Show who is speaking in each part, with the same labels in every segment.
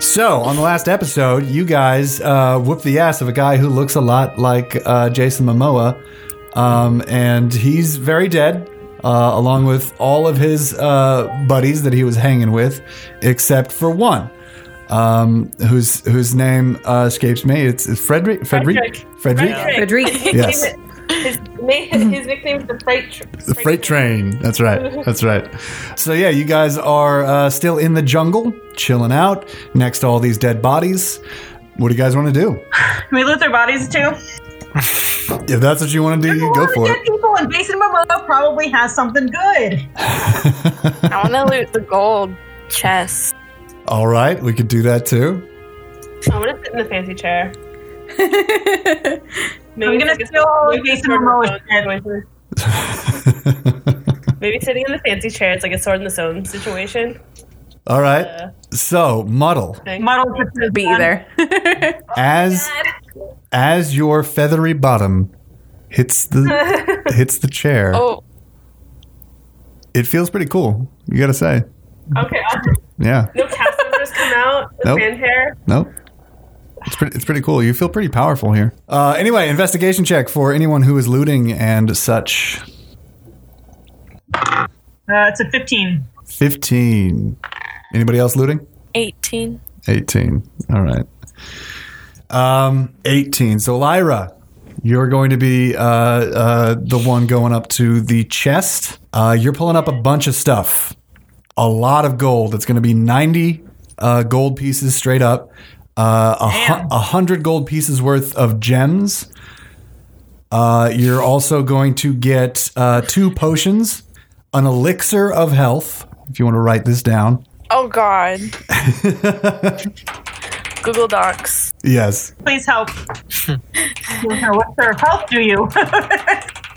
Speaker 1: So, on the last episode, you guys uh, whooped the ass of a guy who looks a lot like uh, Jason Momoa. Um, and he's very dead, uh, along with all of his uh, buddies that he was hanging with, except for one. Um, whose whose name uh, escapes me? It's, it's Frederick. Frederick. Frederick.
Speaker 2: Frederick.
Speaker 1: Yes.
Speaker 3: His,
Speaker 4: Mm-hmm.
Speaker 3: name, his nickname is the freight. Tr-
Speaker 1: The freight train. That's right. That's right. So yeah, you guys are uh, still in the jungle, chilling out next to all these dead bodies. What do you guys want to do?
Speaker 3: Can we loot their bodies too?
Speaker 1: If that's what you want to do, you go for
Speaker 3: dead
Speaker 1: it.
Speaker 3: people, and Jason Momoa probably has something good.
Speaker 4: I want to loot the gold chest.
Speaker 1: All right, we could do that too.
Speaker 5: I'm gonna sit in the fancy chair.
Speaker 3: I'm gonna
Speaker 5: sitting-
Speaker 3: steal all of
Speaker 5: maybe
Speaker 3: Jason
Speaker 5: sword in
Speaker 3: Momoa's
Speaker 5: the stone
Speaker 3: head.
Speaker 5: situation. Maybe sitting in the fancy chair, it's like a sword in the stone situation.
Speaker 1: All right. So muddle
Speaker 3: Muddle puts his
Speaker 2: Be
Speaker 3: gun-
Speaker 2: there.
Speaker 1: as as your feathery bottom hits the hits the chair.
Speaker 4: Oh,
Speaker 1: It feels pretty cool. You gotta say,
Speaker 5: Okay, I'll-
Speaker 1: yeah.
Speaker 5: no cast members come out. The
Speaker 1: Nope.
Speaker 5: fan hair.
Speaker 1: Nope. It's pretty, it's pretty cool. You feel pretty powerful here. Uh, anyway, investigation check for anyone who is looting and such.
Speaker 3: Uh, it's a 15.
Speaker 1: 15. Anybody else looting?
Speaker 4: 18.
Speaker 1: 18. All right. Um, 18. So, Lyra, you're going to be uh, uh, the one going up to the chest. Uh, you're pulling up a bunch of stuff, a lot of gold. It's going to be 90 uh, gold pieces straight up, uh, a, hu- a hundred gold pieces worth of gems. Uh, you're also going to get uh, two potions, an elixir of health, if you want to write this down.
Speaker 4: Oh, God. Google Docs.
Speaker 1: Yes.
Speaker 3: Please help. what sort of help do you?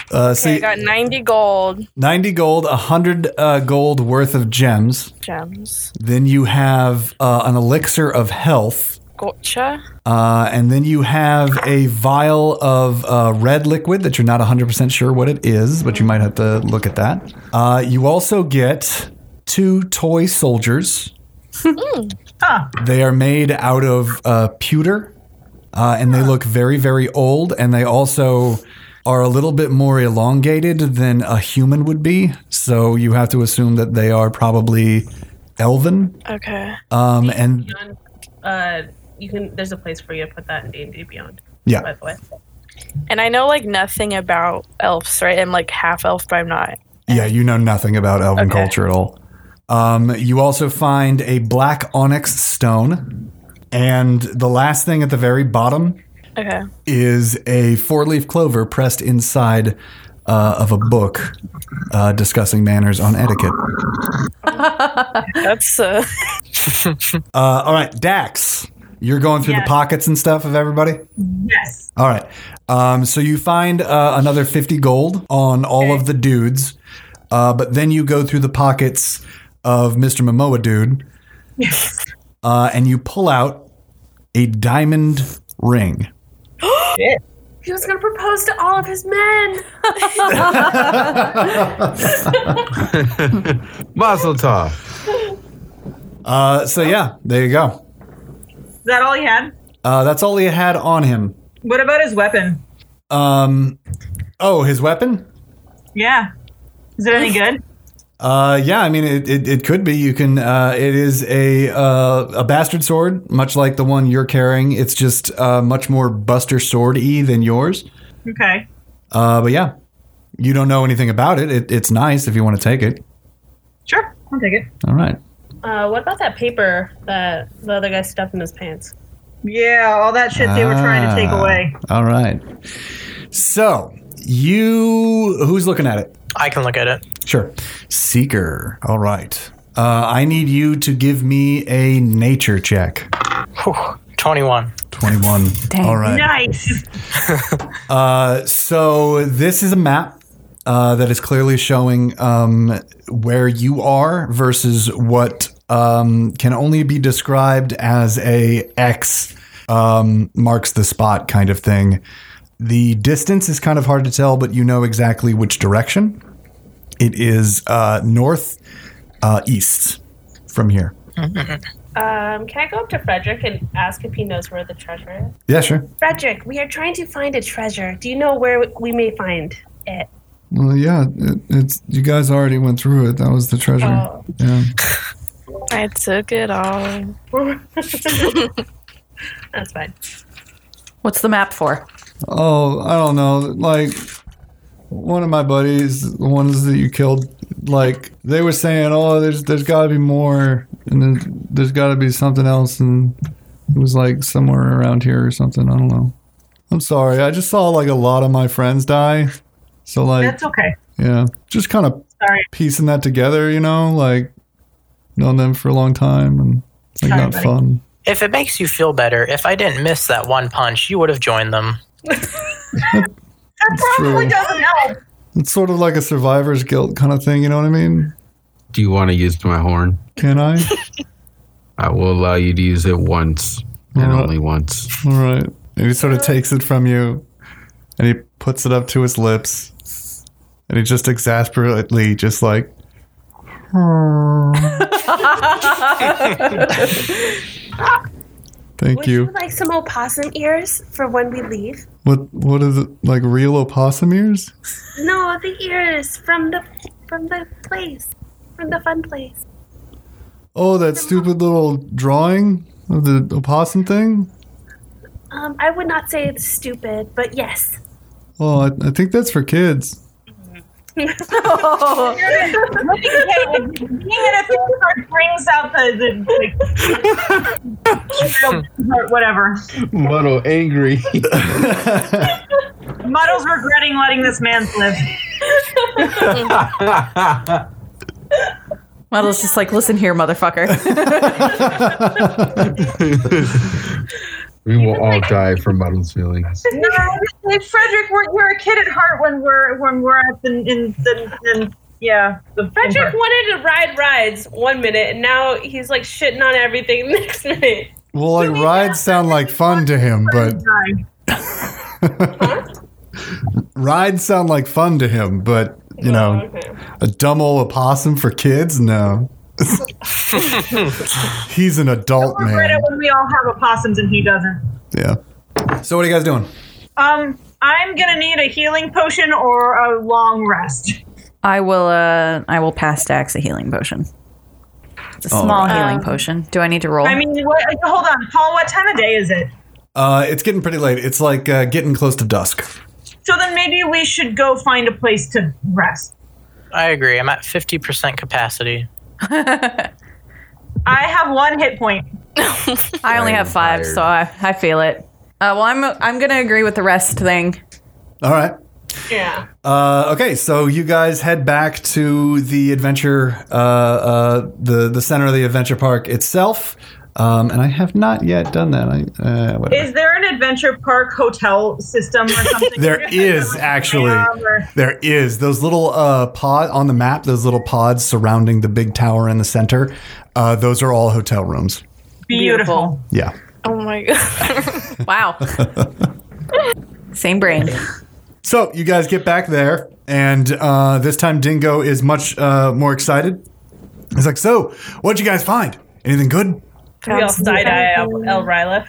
Speaker 1: Uh, so
Speaker 4: I got 90 gold
Speaker 1: 90 gold, 100 uh, gold worth of gems.
Speaker 4: gems.
Speaker 1: Then you have uh, an elixir of health.
Speaker 4: Gotcha.
Speaker 1: Uh, and then you have a vial of uh, red liquid that you're not 100% sure what it is, but you might have to look at that. Uh, you also get two toy soldiers.
Speaker 3: Huh.
Speaker 1: They are made out of uh, pewter, uh, and they look very, very old. And they also are a little bit more elongated than a human would be. So you have to assume that they are probably elven.
Speaker 4: Okay.
Speaker 1: Um, and
Speaker 5: Beyond, uh, you can. There's a place for you to put that in D and D Beyond. By
Speaker 1: yeah,
Speaker 5: the way,
Speaker 4: And I know, like, nothing about elves, right? I'm, like, half elf, but I'm not.
Speaker 1: yeah, you know nothing about elven
Speaker 4: Okay.
Speaker 1: culture at all. Um, you also find a black onyx stone, and the last thing at the very bottom
Speaker 4: Okay.
Speaker 1: is a four leaf clover pressed inside uh, of a book uh, discussing manners on etiquette.
Speaker 4: That's, uh,
Speaker 1: Uh, all right, Dax, you're going through the pockets and stuff of everybody?
Speaker 3: Yes.
Speaker 1: All right. Um, so you find uh, another 50 gold on all of the dudes, uh, but then you go through the pockets of Mr. Momoa Dude uh, and you pull out a diamond ring.
Speaker 5: he was gonna propose to all of his men.
Speaker 6: Mazel tov.
Speaker 1: Uh, so, yeah, there you go.
Speaker 3: Is that all he had?
Speaker 1: Uh, that's all he had on him.
Speaker 3: What about his weapon?
Speaker 1: Um, oh, his weapon?
Speaker 3: Yeah. Is it any good?
Speaker 1: Uh, yeah, I mean, it, it, it could be. You can. Uh, it is a uh, a bastard sword, much like the one you're carrying. It's just uh, much more Buster sword y than yours.
Speaker 3: Okay.
Speaker 1: Uh, but yeah, you don't know anything about it. it. It's nice if you want to take it.
Speaker 3: Sure. I'll take it.
Speaker 1: All right.
Speaker 5: Uh, what about that paper that the other guy stuffed in his pants?
Speaker 3: Yeah, all that shit they were trying to take
Speaker 1: Ah,
Speaker 3: away.
Speaker 1: All right. So you, who's looking at it?
Speaker 7: I can look at it.
Speaker 1: Sure. Seeker. All right. Uh, I need you to give me a nature check.
Speaker 7: Whew, 21.
Speaker 1: Twenty-one.
Speaker 2: Dang.
Speaker 1: All right. Uh,
Speaker 3: Nice.
Speaker 1: So this is a map uh, that is clearly showing um, where you are versus what um, can only be described as a X um, marks the spot kind of thing. The distance is kind of hard to tell, but you know exactly which direction. It is uh, north uh, east from here.
Speaker 5: Um, can I go up to Frederick and ask if he knows where the treasure is?
Speaker 8: Yeah, sure.
Speaker 5: Frederick, we are trying to find a treasure. Do you know where we may find it?
Speaker 8: Well, yeah, it, it's you guys already went through it. That was the treasure.
Speaker 5: Oh.
Speaker 8: Yeah.
Speaker 4: I took it all.
Speaker 5: That's fine.
Speaker 9: What's the map for?
Speaker 8: Oh, I don't know. Like one of my buddies, the ones that you killed, like they were saying, "Oh, there's there's got to be more, and there's, there's got to be something else," and it was like somewhere around here or something. I don't know. I'm sorry. I just saw like a lot of my friends die, so like
Speaker 3: That's okay.
Speaker 8: yeah, just kind of
Speaker 3: Sorry.
Speaker 8: piecing that together, you know, like known them for a long time and it's, like
Speaker 3: Sorry,
Speaker 8: not
Speaker 3: buddy.
Speaker 8: fun.
Speaker 7: If it makes you feel better, if I didn't miss that one punch, you would have joined them.
Speaker 3: That probably
Speaker 8: true.
Speaker 3: doesn't help.
Speaker 8: It's sort of like a survivor's guilt kind of thing. You know what I mean?
Speaker 6: Do you want to use my horn?
Speaker 8: Can I?
Speaker 6: I will allow you to use it once and
Speaker 8: Alright.
Speaker 6: only once.
Speaker 8: All right. And he sort of takes it from you and he puts it up to his lips. And he just exasperately, just like, "Hmm." thank
Speaker 5: Would you.
Speaker 8: you.
Speaker 5: like some opossum ears for when we leave?
Speaker 8: What What is it? Like real opossum ears?
Speaker 5: No, the ears from the from the place, from the fun place.
Speaker 8: Oh, that stupid little drawing of the opossum thing?
Speaker 5: Um, I would not say it's stupid, but yes.
Speaker 8: Oh, I, I think that's for kids.
Speaker 9: Oh,
Speaker 3: Being in a theme park brings out the, the, the whatever.
Speaker 6: Little angry.
Speaker 3: Muddle's regretting letting this man live.
Speaker 9: Model's just like, listen here, motherfucker.
Speaker 6: we will all die from Muddle's feelings.
Speaker 3: No, like, Frederick, we're, we're a kid at heart when we're when we're at the in the in, yeah. The
Speaker 5: Frederick wanted to ride rides one minute, and now he's like shitting on everything next minute.
Speaker 8: Well, like rides sound like fun to him, but rides sound like fun to him, but you know,
Speaker 5: Okay.
Speaker 8: a dumb old opossum for kids? No. He's an adult
Speaker 3: We're regret
Speaker 8: man.
Speaker 3: it when we all have opossums and he doesn't.
Speaker 8: Yeah. So what are you guys doing?
Speaker 3: Um, I'm gonna need a healing potion or a long rest.
Speaker 9: I will. Uh, I will pass Dax a healing potion. It's a small healing potion. Do I need to roll?
Speaker 3: Um, I mean, what, hold on, Paul. What time of day is it?
Speaker 8: Uh, it's getting pretty late. It's like uh, getting close to dusk.
Speaker 3: So then maybe we should go find a place to rest.
Speaker 7: I agree. I'm at 50% capacity.
Speaker 3: I have one hit point.
Speaker 9: I only
Speaker 6: I am
Speaker 9: have five,
Speaker 6: tired.
Speaker 9: so I, I feel it. Uh, well, I'm I'm gonna agree with the rest thing.
Speaker 8: All right.
Speaker 5: Yeah.
Speaker 8: Uh, okay, so you guys head back to the adventure, uh, uh, the the center of the adventure park itself, um, and I have not yet done that. I, uh, whatever.
Speaker 3: Is there an adventure park hotel system or something?
Speaker 8: There is actually.
Speaker 3: Or-
Speaker 8: There is those little uh, pod on the map. Those little pods surrounding the big tower in the center. Uh, those are all hotel rooms.
Speaker 3: Beautiful.
Speaker 8: Yeah.
Speaker 4: Oh my god.
Speaker 9: Wow. Same brain.
Speaker 8: So you guys get back there, and uh, this time Dingo is much uh, more excited. He's like, "So, what'd you guys find? Anything good?"
Speaker 5: We all side eye El, El Ryla.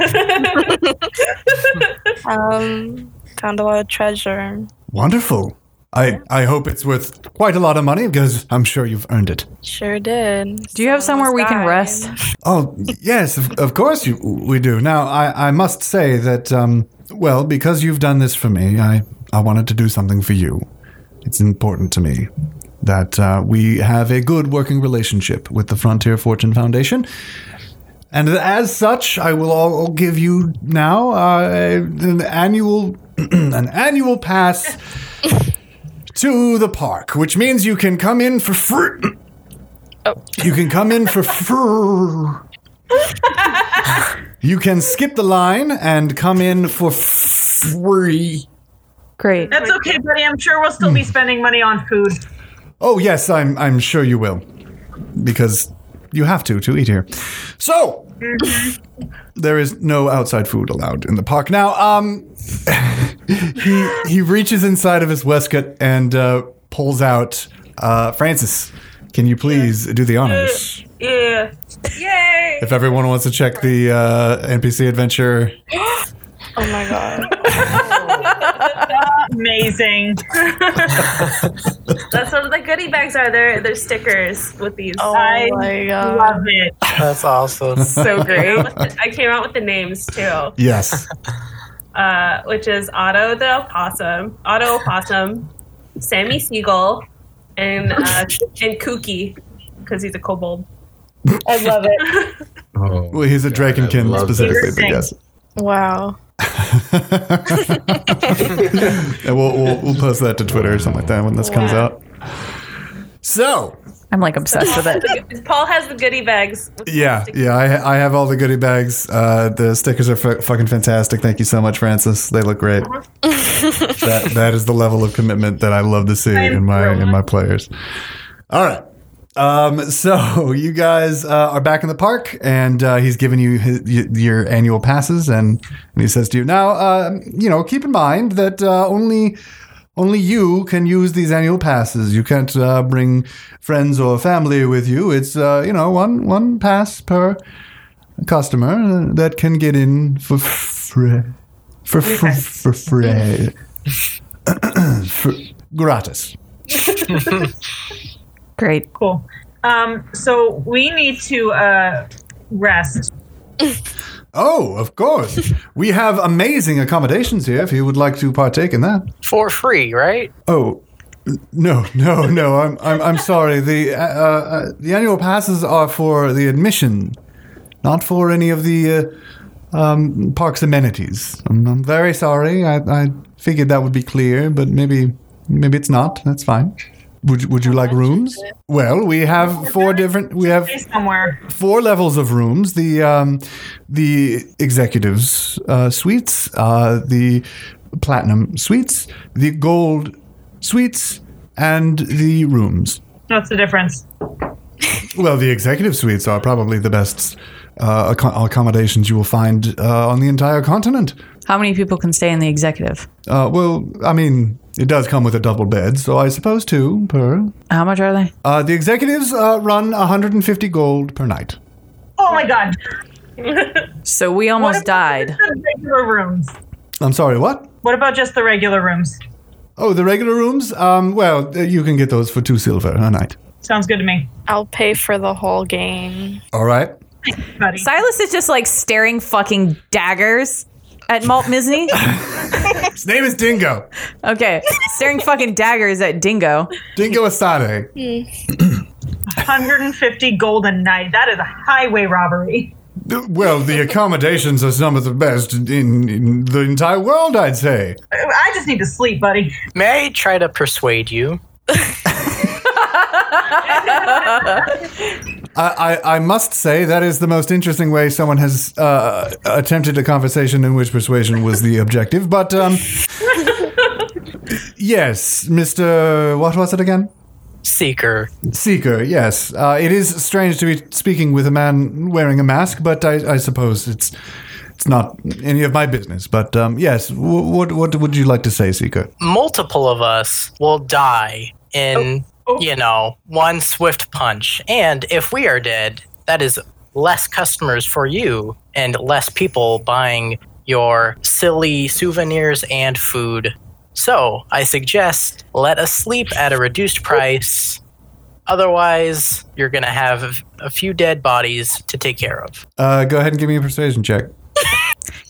Speaker 4: Um, found a lot of treasure.
Speaker 8: Wonderful. I I hope it's worth quite a lot of money because I'm sure you've earned it.
Speaker 4: Sure did.
Speaker 9: Do you have somewhere we can
Speaker 4: Sky.
Speaker 9: rest?
Speaker 8: Oh yes, of, of course you, we do. Now I, I must say that um, well because you've done this for me, I I wanted to do something for you. It's important to me that uh, we have a good working relationship with the Frontier Fortune Foundation, and as such, I will all I'll give you now uh, an annual an annual pass to the park, which means you can come in for free. You can come in for fur. you can skip the line and come in for free.
Speaker 9: Great.
Speaker 3: That's okay, buddy. I'm sure we'll still be
Speaker 8: Hmm.
Speaker 3: spending money on food.
Speaker 8: Oh yes, I'm I'm sure you will, because you have to to eat here. So there is no outside food allowed in the park now. Um, he he reaches inside of his waistcoat and uh, pulls out uh, Francis. Can you please do the honors?
Speaker 5: Yeah. Yay!
Speaker 8: If everyone wants to check the uh, NPC adventure,
Speaker 4: Oh my god.
Speaker 3: Amazing.
Speaker 5: That's what the goodie bags are. They're they're stickers with these.
Speaker 4: Oh
Speaker 3: I
Speaker 4: my
Speaker 5: Uh,
Speaker 4: god.
Speaker 3: Love it.
Speaker 7: That's awesome.
Speaker 5: so great. I came out with the names too,
Speaker 8: yes.
Speaker 5: uh, which is Otto the opossum, Otto opossum, Sammy Siegel, and uh, and Kooky because he's a kobold.
Speaker 3: I love it.
Speaker 6: Oh,
Speaker 8: Well, he's a Drakenkin
Speaker 6: love
Speaker 8: specifically,
Speaker 3: this.
Speaker 8: but yes.
Speaker 4: Wow.
Speaker 8: And we'll, we'll, we'll post that to Twitter or something like that when this comes out. So,
Speaker 9: I'm like obsessed with it.
Speaker 5: Paul has the goodie bags. with
Speaker 8: yeah,
Speaker 5: the
Speaker 8: yeah, I, I have all the goodie bags. Uh, the stickers are f- fucking fantastic. Thank you so much, Francis. They look great. that that is the level of commitment that I love to see in my in my players. All right. Um, so you guys uh, are back in the park, and uh, he's giving you his, y- your annual passes, and, and he says to you, "Now, uh, you know, keep in mind that uh, only only you can use these annual passes. You can't uh, bring friends or family with you. It's uh, you know one one pass per customer uh, that can get in for free, for for, for free, for, gratis."
Speaker 9: Great.
Speaker 3: Cool. Um, so we need to uh, rest.
Speaker 8: Oh, of course. we have amazing accommodations here if you would like to partake in that.
Speaker 7: For free, right?
Speaker 8: Oh, n- no, no, no. I'm I'm, I'm sorry. The uh, uh, the annual passes are for the admission, not for any of the uh, um, park's amenities. I'm, I'm very sorry. I, I figured that would be clear, but maybe maybe it's not. That's fine. Would, you- would you like rooms? Well, we have four different. We have
Speaker 3: Somewhere.
Speaker 8: four levels of rooms: the um, the executives uh, suites, uh, the platinum suites, the gold suites, and the rooms.
Speaker 3: What's the difference?
Speaker 8: Well, the executive suites are probably the best uh, acco- accommodations you will find uh, on the entire continent.
Speaker 9: How many people can stay in the executive?
Speaker 8: Uh, well, I mean, it does come with a double bed, so I suppose two per.
Speaker 9: How much are they?
Speaker 8: Uh, the executives uh, run 150 gold per night.
Speaker 3: Oh my god.
Speaker 9: So we
Speaker 3: What
Speaker 9: almost
Speaker 3: about
Speaker 9: died.
Speaker 3: just the regular rooms?
Speaker 8: I'm sorry, what?
Speaker 3: What about just the regular rooms?
Speaker 8: Oh, the regular rooms? Um, well, uh, you can get those for two silver a night.
Speaker 3: Sounds good to me,
Speaker 4: I'll pay for the whole game.
Speaker 8: All right.
Speaker 3: buddy.
Speaker 9: Silas is just like staring fucking daggers at Malt Misney.
Speaker 8: His name is Dingo.
Speaker 9: Okay, staring fucking daggers at Dingo.
Speaker 8: Dingo Asade.
Speaker 3: 150 golden night. That is a highway robbery.
Speaker 8: D- Well, the accommodations are some of the best in, in the entire world, I'd say.
Speaker 3: I just need to sleep, buddy.
Speaker 7: May I try to persuade you?
Speaker 8: I, I, I must say that is the most interesting way someone has uh, attempted a conversation in which persuasion was the objective. But um, yes, Mister, what was it again?
Speaker 7: Seeker.
Speaker 8: Seeker, yes. Uh, it is strange to be speaking with a man wearing a mask, but I, I suppose it's it's not any of my business. But um, yes, w- what what would you like to say, Seeker?
Speaker 7: Multiple of us will die in, you know, one swift punch. And if we are dead, that is less customers for you and less people buying your silly souvenirs and food. So I suggest let us sleep at a reduced price. Otherwise, you're going to have a few dead bodies to take care of.
Speaker 8: Uh, go ahead and give me a persuasion check.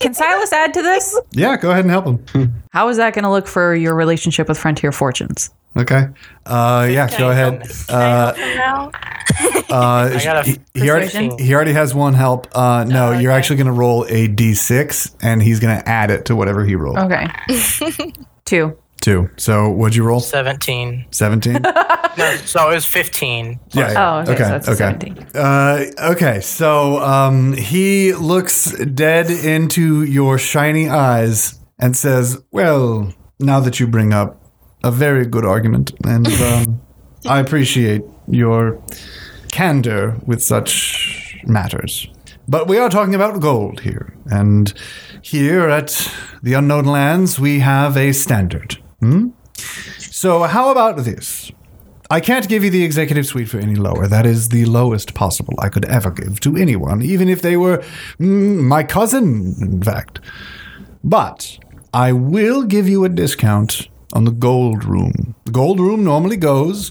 Speaker 9: Can Silas add to this?
Speaker 8: Yeah, go ahead and help him.
Speaker 9: How is that going to look for your relationship with Frontier Fortunes?
Speaker 8: Okay. Uh, yeah, go ahead. Uh,
Speaker 4: Now?
Speaker 8: uh,
Speaker 7: I got a
Speaker 8: he- he already
Speaker 7: persuasion.
Speaker 8: he already has one help. Uh, no, you're actually going to roll a d6, and he's going to add it to whatever he rolled.
Speaker 9: Okay, two.
Speaker 8: Two. So what'd you roll?
Speaker 7: 17.
Speaker 8: Seventeen.
Speaker 7: No, so it was 15.
Speaker 8: Yeah. yeah.
Speaker 9: Oh, okay, so it's a 17.
Speaker 8: Uh, okay. So um, he looks dead into your shiny eyes and says, "Well, now that you bring up a very good argument, and um, I appreciate your candor with such matters." But we are talking about gold here, and here at the Unknown Lands, we have a standard. Hmm? So, how about this? I can't give you the executive suite for any lower. That is the lowest possible I could ever give to anyone, even if they were mm, my cousin, in fact. But I will give you a discount on the gold room. The gold room normally goes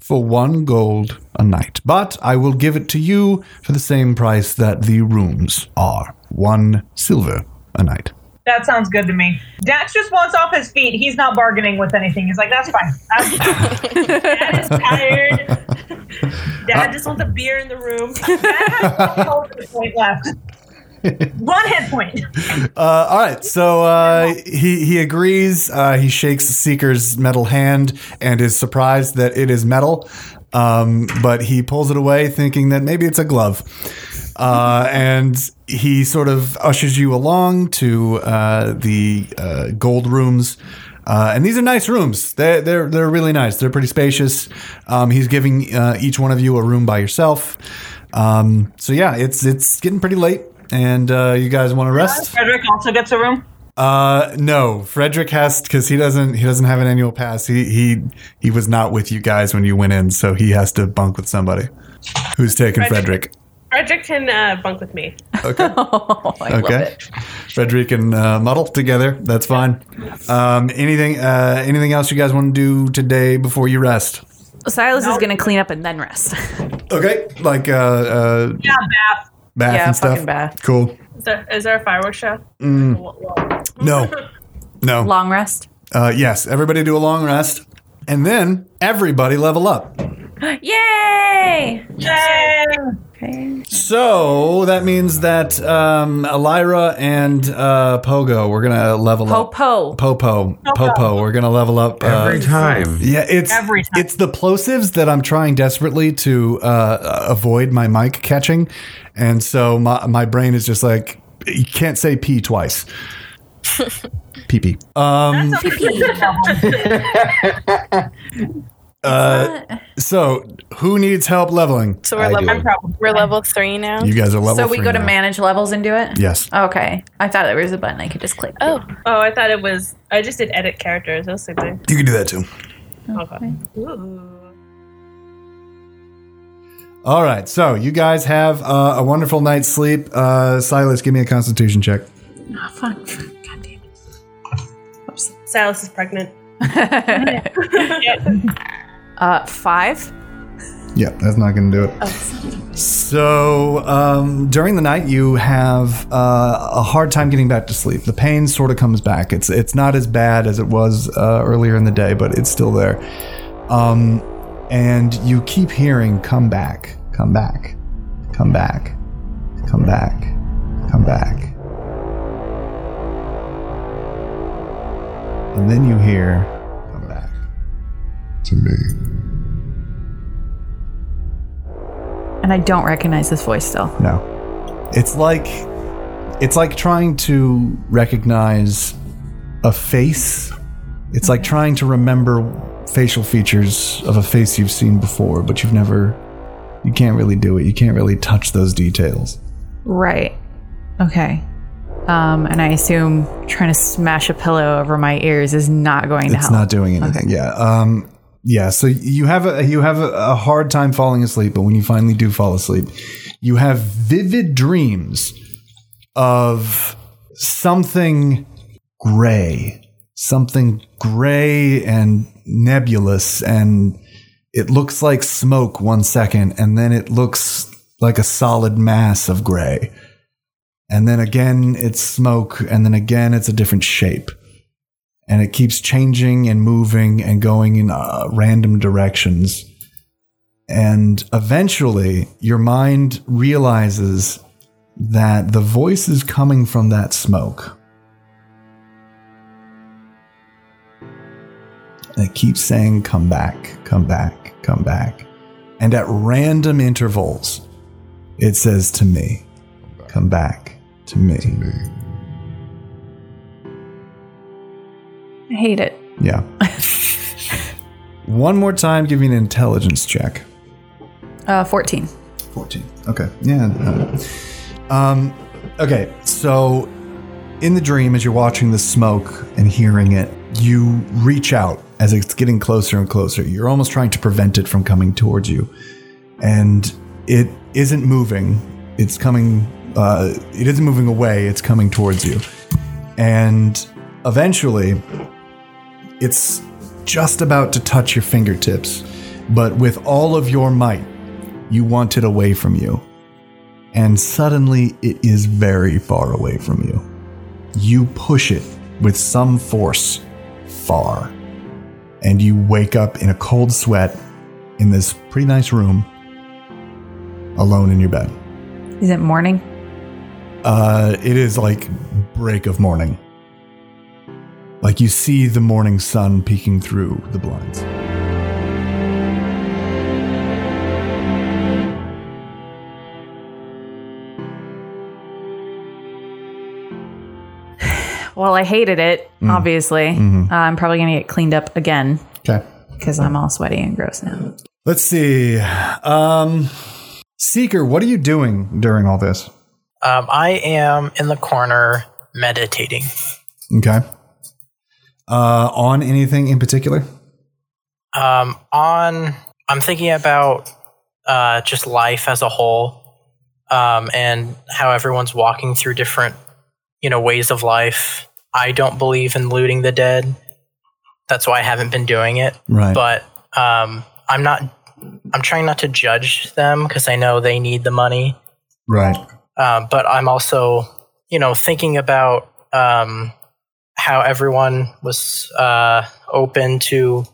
Speaker 8: for one gold a night, but I will give it to you for the same price that the rooms are one silver a night.
Speaker 3: That sounds good to me. Dax just wants off his feet. He's not bargaining with anything. He's like, that's fine. I'm-
Speaker 5: Dad is tired. Dad just wants a beer in the room.
Speaker 3: One hit point left. One hit point.
Speaker 8: Uh, all right, so uh, he he agrees. Uh, he shakes Seeker's metal hand and is surprised that it is metal, um, but he pulls it away, thinking that maybe it's a glove. Uh, and he sort of ushers you along to uh, the uh, gold rooms. Uh, and these are nice rooms. They're, they're, they're really nice. They're pretty spacious. Um, he's giving uh, each one of you a room by yourself. Um, so, yeah, it's, it's getting pretty late, and uh, you guys want to rest?
Speaker 3: Frederick also gets a room.
Speaker 8: Uh, no, Frederick has because he doesn't he doesn't have an annual pass. He he he was not with you guys when you went in, so he has to bunk with somebody. Who's taking Frederick?
Speaker 5: Frederick can uh, bunk with me.
Speaker 9: Oh, I love
Speaker 8: Okay,
Speaker 9: it.
Speaker 8: Frederick and uh, Muddle together. That's fine. Um, anything uh, anything else you guys want to do today before you rest?
Speaker 9: Silas is gonna clean up and then rest.
Speaker 8: Okay, like uh, uh,
Speaker 3: Yeah, bath.
Speaker 8: bath
Speaker 9: yeah,
Speaker 8: and stuff.
Speaker 9: fucking bath.
Speaker 8: Cool. Mm.
Speaker 5: Is there, is there a fireworks show?
Speaker 8: No, no.
Speaker 9: Long rest.
Speaker 8: Uh, yes, everybody do a long rest, and then everybody level up.
Speaker 9: Yay!
Speaker 3: Yay!
Speaker 9: Okay.
Speaker 8: So that means that um, Elira and uh, Pogo, we're gonna level
Speaker 9: Oh,
Speaker 8: up.
Speaker 9: Popo.
Speaker 8: Popo, Popo, we're gonna level up.
Speaker 6: Every
Speaker 8: Uh,
Speaker 6: time.
Speaker 8: yeah, it's
Speaker 3: Every time.
Speaker 8: it's the plosives that I'm trying desperately to uh, avoid my mic catching, and so my my brain is just like you can't say p twice. Pee pee. Um, uh, so who needs help leveling?
Speaker 4: So we're
Speaker 6: I
Speaker 4: level
Speaker 6: do.
Speaker 4: we're level three now.
Speaker 8: You guys are level.
Speaker 9: So we
Speaker 8: three
Speaker 9: go to
Speaker 8: now.
Speaker 9: manage levels and do it?
Speaker 8: Yes.
Speaker 9: Okay. I thought there was a button I could just click.
Speaker 4: oh,
Speaker 5: Oh, I thought it was. I just did edit characters. That was the same thing.
Speaker 8: You can do that too.
Speaker 5: Okay. Ooh.
Speaker 8: All right, so you guys have uh, a wonderful night's sleep. Uh, Silas, give me a Constitution check.
Speaker 5: Silas is pregnant.
Speaker 9: Uh, five?
Speaker 8: Yeah, that's not going to do it. So um, during the night, you have uh, a hard time getting back to sleep. The pain sort of comes back. It's it's not as bad as it was uh, earlier in the day, but it's still there. Um, and you keep hearing, "Come back, come back, come back, come back, come back." And then you hear, "Come back."
Speaker 6: To me.
Speaker 9: And I don't recognize this voice still.
Speaker 8: No. It's like it's like trying to recognize a face. It's like trying to remember facial features of a face you've seen before, but you've never you can't really do it. You can't really touch those details.
Speaker 9: Right. Okay. Um, and I assume trying to smash a pillow over my ears is not going to
Speaker 8: It's
Speaker 9: help.
Speaker 8: not doing anything. Yeah. Um yeah, so you have a you have a, a hard time falling asleep, but when you finally do fall asleep, you have vivid dreams of something gray, something gray and nebulous, and it looks like smoke one second, and then it looks like a solid mass of gray. And then again, it's smoke, and then again, it's a different shape. And it keeps changing and moving and going in uh, random directions. And eventually, your mind realizes that the voice is coming from that smoke. And it keeps saying, come back, come back, come back. And at random intervals, it says to me, come back to me.
Speaker 9: I hate it.
Speaker 8: Yeah. One more time, give me an intelligence check.
Speaker 9: Uh, 14.
Speaker 8: 14. Okay. Yeah. uh, Um, okay. So, in the dream, as you're watching the smoke and hearing it, you reach out as it's getting closer and closer. You're almost trying to prevent it from coming towards you. And it isn't moving. It's coming, uh, it isn't moving away. It's coming towards you. And eventually, it's just about to touch your fingertips. But with all of your might, you want it away from you. And suddenly, it is very far away from you. You push it with some force far. And you wake up in a cold sweat in this pretty nice room, alone in your bed.
Speaker 9: Is it morning?
Speaker 8: Uh, it is like break of morning. Like you see the morning sun peeking through the blinds.
Speaker 9: Well, I hated it,
Speaker 8: Mm.
Speaker 9: obviously.
Speaker 8: Mm-hmm.
Speaker 9: Uh, I'm probably going to get cleaned up again
Speaker 8: Okay.
Speaker 9: because I'm all sweaty and gross now.
Speaker 8: Let's see. Um, Seeker, what are you doing during all this?
Speaker 7: Um, I am in the corner meditating.
Speaker 8: Okay. Uh, on anything in particular?
Speaker 7: Um, on, I'm thinking about uh, just life as a whole, um, and how everyone's walking through different, you know, ways of life. I don't believe in looting the dead. That's why I haven't been doing it.
Speaker 8: Right.
Speaker 7: But um, I'm not. I'm trying not to judge them because I know they need the money.
Speaker 8: right.
Speaker 7: Uh, but I'm also, you know, thinking about um, how everyone was uh, open to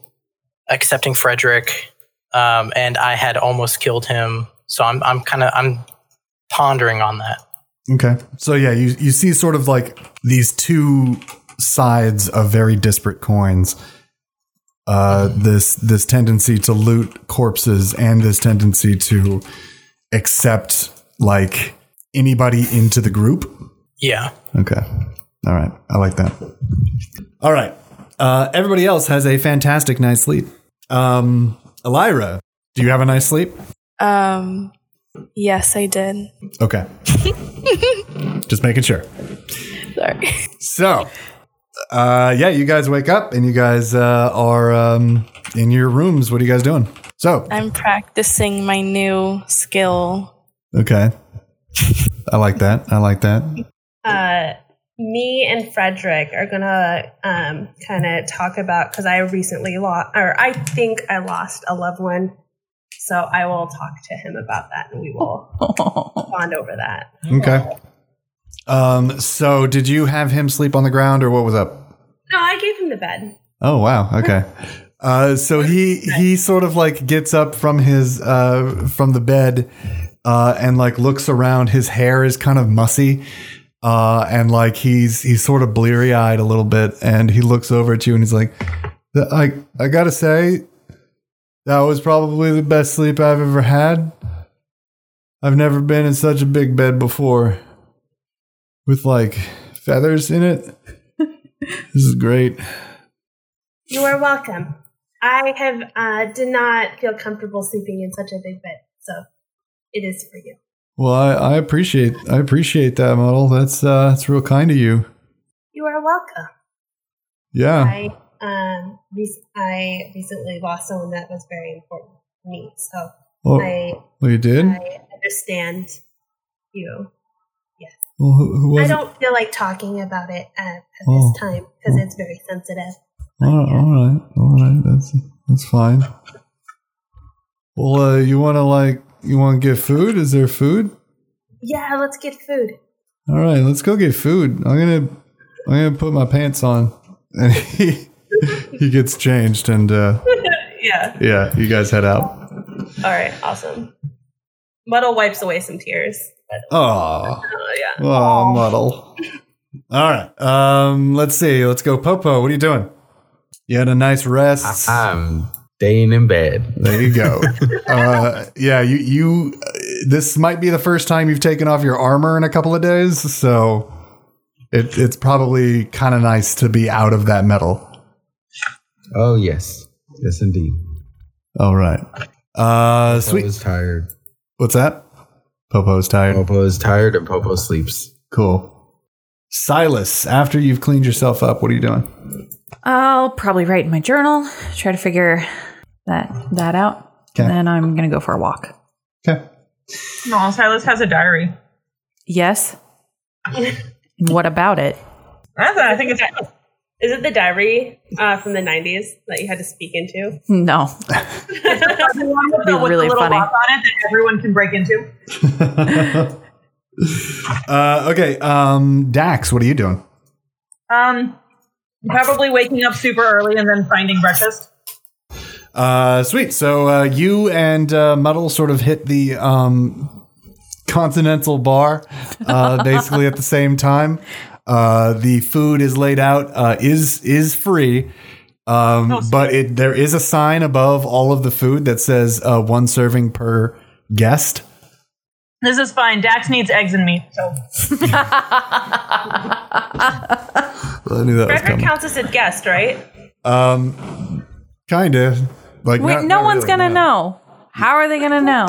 Speaker 7: accepting Frederick, um, and I had almost killed him. So I'm, I'm kind of, I'm pondering on that.
Speaker 8: Okay. So yeah, you you see sort of like these two sides of very disparate coins. Uh, this this tendency to loot corpses and this tendency to accept like anybody into the group.
Speaker 7: Yeah.
Speaker 8: Okay. All right. I like that. All right. Uh, everybody else has a fantastic night's sleep. Um, Elira, do you have a nice sleep?
Speaker 4: Um, yes, I did.
Speaker 8: Okay. Just making sure.
Speaker 4: Sorry.
Speaker 8: So, uh, yeah, you guys wake up and you guys uh, are um, in your rooms. What are you guys doing? So,
Speaker 4: I'm practicing my new skill.
Speaker 8: okay. I like that. I like that.
Speaker 5: uh, me and Frederick are gonna um, kind of talk about because I recently lost, or I think I lost a loved one. So I will talk to him about that, and we will bond over that.
Speaker 8: Okay. Um, so, did you have him sleep on the ground or what was up?
Speaker 5: No, I gave him the bed.
Speaker 8: Oh wow. Okay. Uh, so he he sort of like gets up from his uh, from the bed uh, and like looks around. His hair is kind of mussy, uh, and like he's he's sort of bleary eyed a little bit. And he looks over at you and he's like, "I I gotta say, that was probably the best sleep I've ever had. I've never been in such a big bed before, with like feathers in it. this is great."
Speaker 5: You are welcome. I have uh, did not feel comfortable sleeping in such a big bed, so it is for you.
Speaker 8: Well, I, I appreciate I appreciate that model. That's uh, that's real kind of you.
Speaker 5: You are welcome.
Speaker 8: Yeah.
Speaker 5: I um, rec- I recently lost someone that was very important to me, so
Speaker 8: well,
Speaker 5: I
Speaker 8: well, you did.
Speaker 5: I understand you.
Speaker 8: well, who, who
Speaker 5: I
Speaker 8: was? it?
Speaker 5: don't feel like talking about it uh, at
Speaker 8: Oh.
Speaker 5: this time because it's very sensitive.
Speaker 8: All right, all right, all right. That's that's fine. Well, uh, you want to like you want to get food? Is there food?
Speaker 5: Yeah, let's get food.
Speaker 8: All right, let's go get food. I'm gonna I'm gonna put my pants on, and he he gets changed, and uh,
Speaker 5: Yeah.
Speaker 8: yeah, you guys head out.
Speaker 5: All right. Awesome. Muddle wipes away some tears. Oh
Speaker 8: Oh.
Speaker 5: yeah.
Speaker 8: Oh, muddle. All right. Um, let's see. Let's go, Popo. What are you doing? You had a nice rest.
Speaker 10: I'm staying in bed.
Speaker 8: There you go. uh, yeah, you you. Uh, this might be the first time you've taken off your armor in a couple of days, so it, it's probably kind of nice to be out of that metal.
Speaker 10: Oh yes, yes indeed.
Speaker 8: All right. Uh, sweet.
Speaker 10: Sweet. Popo's tired.
Speaker 8: What's that? Popo's tired.
Speaker 10: Oh. Popo is tired, and Popo sleeps.
Speaker 8: Cool. Silas, after you've cleaned yourself up, what are you doing?
Speaker 9: I'll probably write in my journal, try to figure that that out.
Speaker 8: Okay.
Speaker 9: And then I'm gonna go for a walk.
Speaker 8: Okay.
Speaker 3: No, Silas has a diary.
Speaker 9: Yes. what about it?
Speaker 3: That's I think it's
Speaker 5: Is it the diary uh, from the 90s that you had to speak into?
Speaker 9: No.
Speaker 3: the one with
Speaker 9: Be
Speaker 3: the, with
Speaker 9: really
Speaker 3: the little
Speaker 9: funny.
Speaker 3: lock on it that everyone can break into.
Speaker 8: Uh, okay, um, Dax, what are you doing?
Speaker 3: Um, probably waking up super early and then finding breakfast.
Speaker 8: Uh, sweet. So uh, you and uh, Muddle sort of hit the um, Continental Bar uh, basically at the same time. Uh, the food is laid out uh, is is free, um, but it there is a sign above all of the food that says uh, one serving per guest.
Speaker 3: This is fine. Dax needs eggs and meat. So
Speaker 8: I knew that was
Speaker 5: Frederick
Speaker 8: coming.
Speaker 5: counts as a guest, right?
Speaker 8: Um, kind of like
Speaker 9: Wait,
Speaker 8: not-
Speaker 9: no
Speaker 8: not
Speaker 9: one's
Speaker 8: really,
Speaker 9: gonna
Speaker 8: no.
Speaker 9: know. How are they gonna know?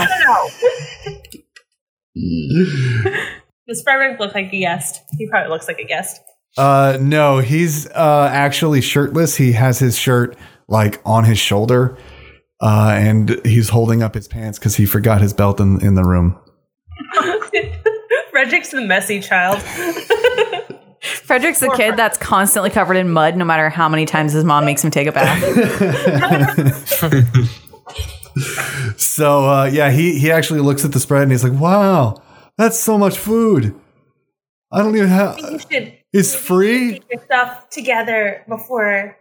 Speaker 5: Does Frederick look like a guest? He probably looks like a guest.
Speaker 8: Uh, no, he's uh, actually shirtless. He has his shirt like on his shoulder, uh, and he's holding up his pants because he forgot his belt in, in the room.
Speaker 5: Frederick's the messy child.
Speaker 9: Frederick's the kid that's constantly covered in mud, no matter how many times his mom makes him take a bath.
Speaker 8: So uh, yeah, he he actually looks at the spread and he's like, "Wow, that's so much food. I don't even
Speaker 5: You
Speaker 8: have.
Speaker 5: should
Speaker 8: It's free."
Speaker 5: get your stuff together before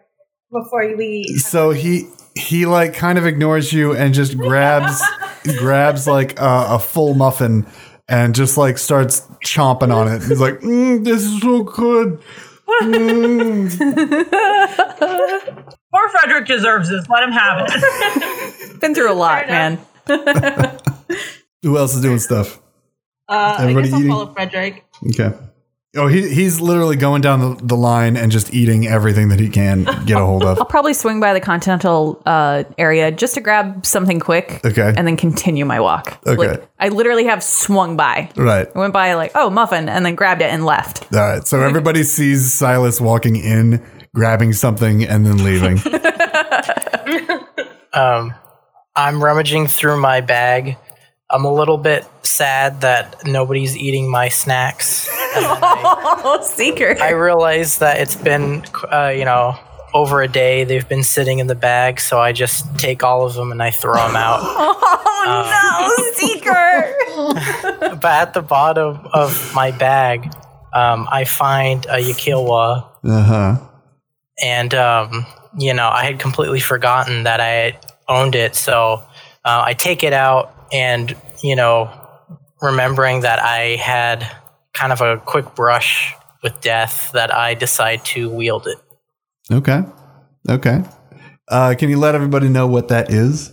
Speaker 5: before you leave.
Speaker 8: So he he like kind of ignores you and just grabs grabs like uh, a full muffin and just like starts chomping on it. He's like, mm, "This is so good." Mm.
Speaker 3: poor Frederick deserves this. Let him have
Speaker 5: Uh,
Speaker 3: it.
Speaker 9: Been through a lot, man.
Speaker 8: Who else is doing stuff?
Speaker 5: Uh, I
Speaker 8: Everybody
Speaker 5: guess I'll
Speaker 8: eating?
Speaker 5: follow Frederick.
Speaker 8: Okay. Oh, he, he's literally going down the, the line and just eating everything that he can get a hold of.
Speaker 9: I'll probably swing by the continental uh, area just to grab something quick,
Speaker 8: Okay.
Speaker 9: and then continue my walk.
Speaker 8: Okay.
Speaker 9: Like, I literally have swung by.
Speaker 8: Right.
Speaker 9: I went by like, oh, muffin, and then grabbed it and left.
Speaker 8: All right. So everybody sees Silas walking in, grabbing something, and then leaving.
Speaker 7: Um, I'm rummaging through my bag. I'm a little bit sad that nobody's eating my snacks.
Speaker 9: Oh, seeker.
Speaker 7: I realize that it's been, uh, you know, over a day. They've been sitting in the bag, so I just take all of them and I throw them out. Um,
Speaker 9: Oh, no, seeker.
Speaker 7: but at the bottom of my bag, um, I find a Yakiwa
Speaker 8: Uh huh.
Speaker 7: and um, you know I had completely forgotten that I owned it. So uh, I take it out, and you know, remembering that I had kind of a quick brush with death, that I decide to wield it.
Speaker 8: Okay. Okay. Uh, can you let everybody know what that is?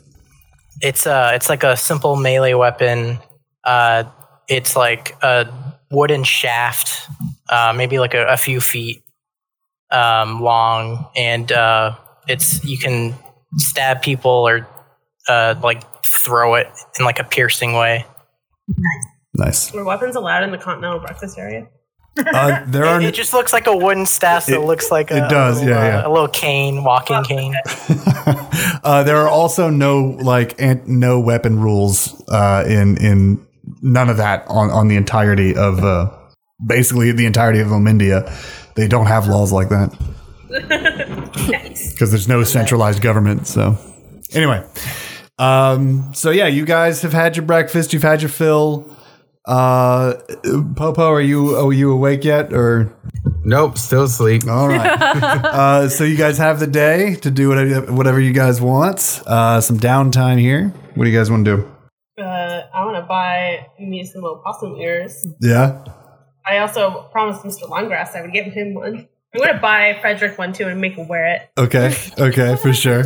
Speaker 7: It's uh, it's like a simple melee weapon. Uh, it's like a wooden shaft, uh, maybe like a, a few feet um, long, and uh, it's you can stab people or uh, like throw it in like a piercing way.
Speaker 8: Nice.
Speaker 5: Were weapons allowed in the continental breakfast area?
Speaker 8: Uh, there are.
Speaker 7: It, it just looks like a wooden staff. So it,
Speaker 8: It-
Speaker 7: looks like a,
Speaker 8: it does,
Speaker 7: a little,
Speaker 8: yeah,
Speaker 7: uh,
Speaker 8: yeah.
Speaker 7: a little cane, walking cane.
Speaker 8: uh, there are also no like and no weapon rules uh, in in none of that on on the entirety of uh, basically the entirety of Omindia. They don't have laws like that because there's no centralized government. So anyway, um, so yeah, you guys have had your breakfast. You've had your fill. Uh, Popo, are you are you awake yet or?
Speaker 10: Nope, still asleep.
Speaker 8: All right. uh, so you guys have the day to do whatever, whatever you guys want. Uh, some downtime here. What do you guys want to do?
Speaker 5: Uh, I want to buy me some little possum ears.
Speaker 8: Yeah.
Speaker 5: I also promised Mr. Longgrass I would give him one. I'm going to buy Frederick one too and make him wear it.
Speaker 8: Okay. Okay. For sure.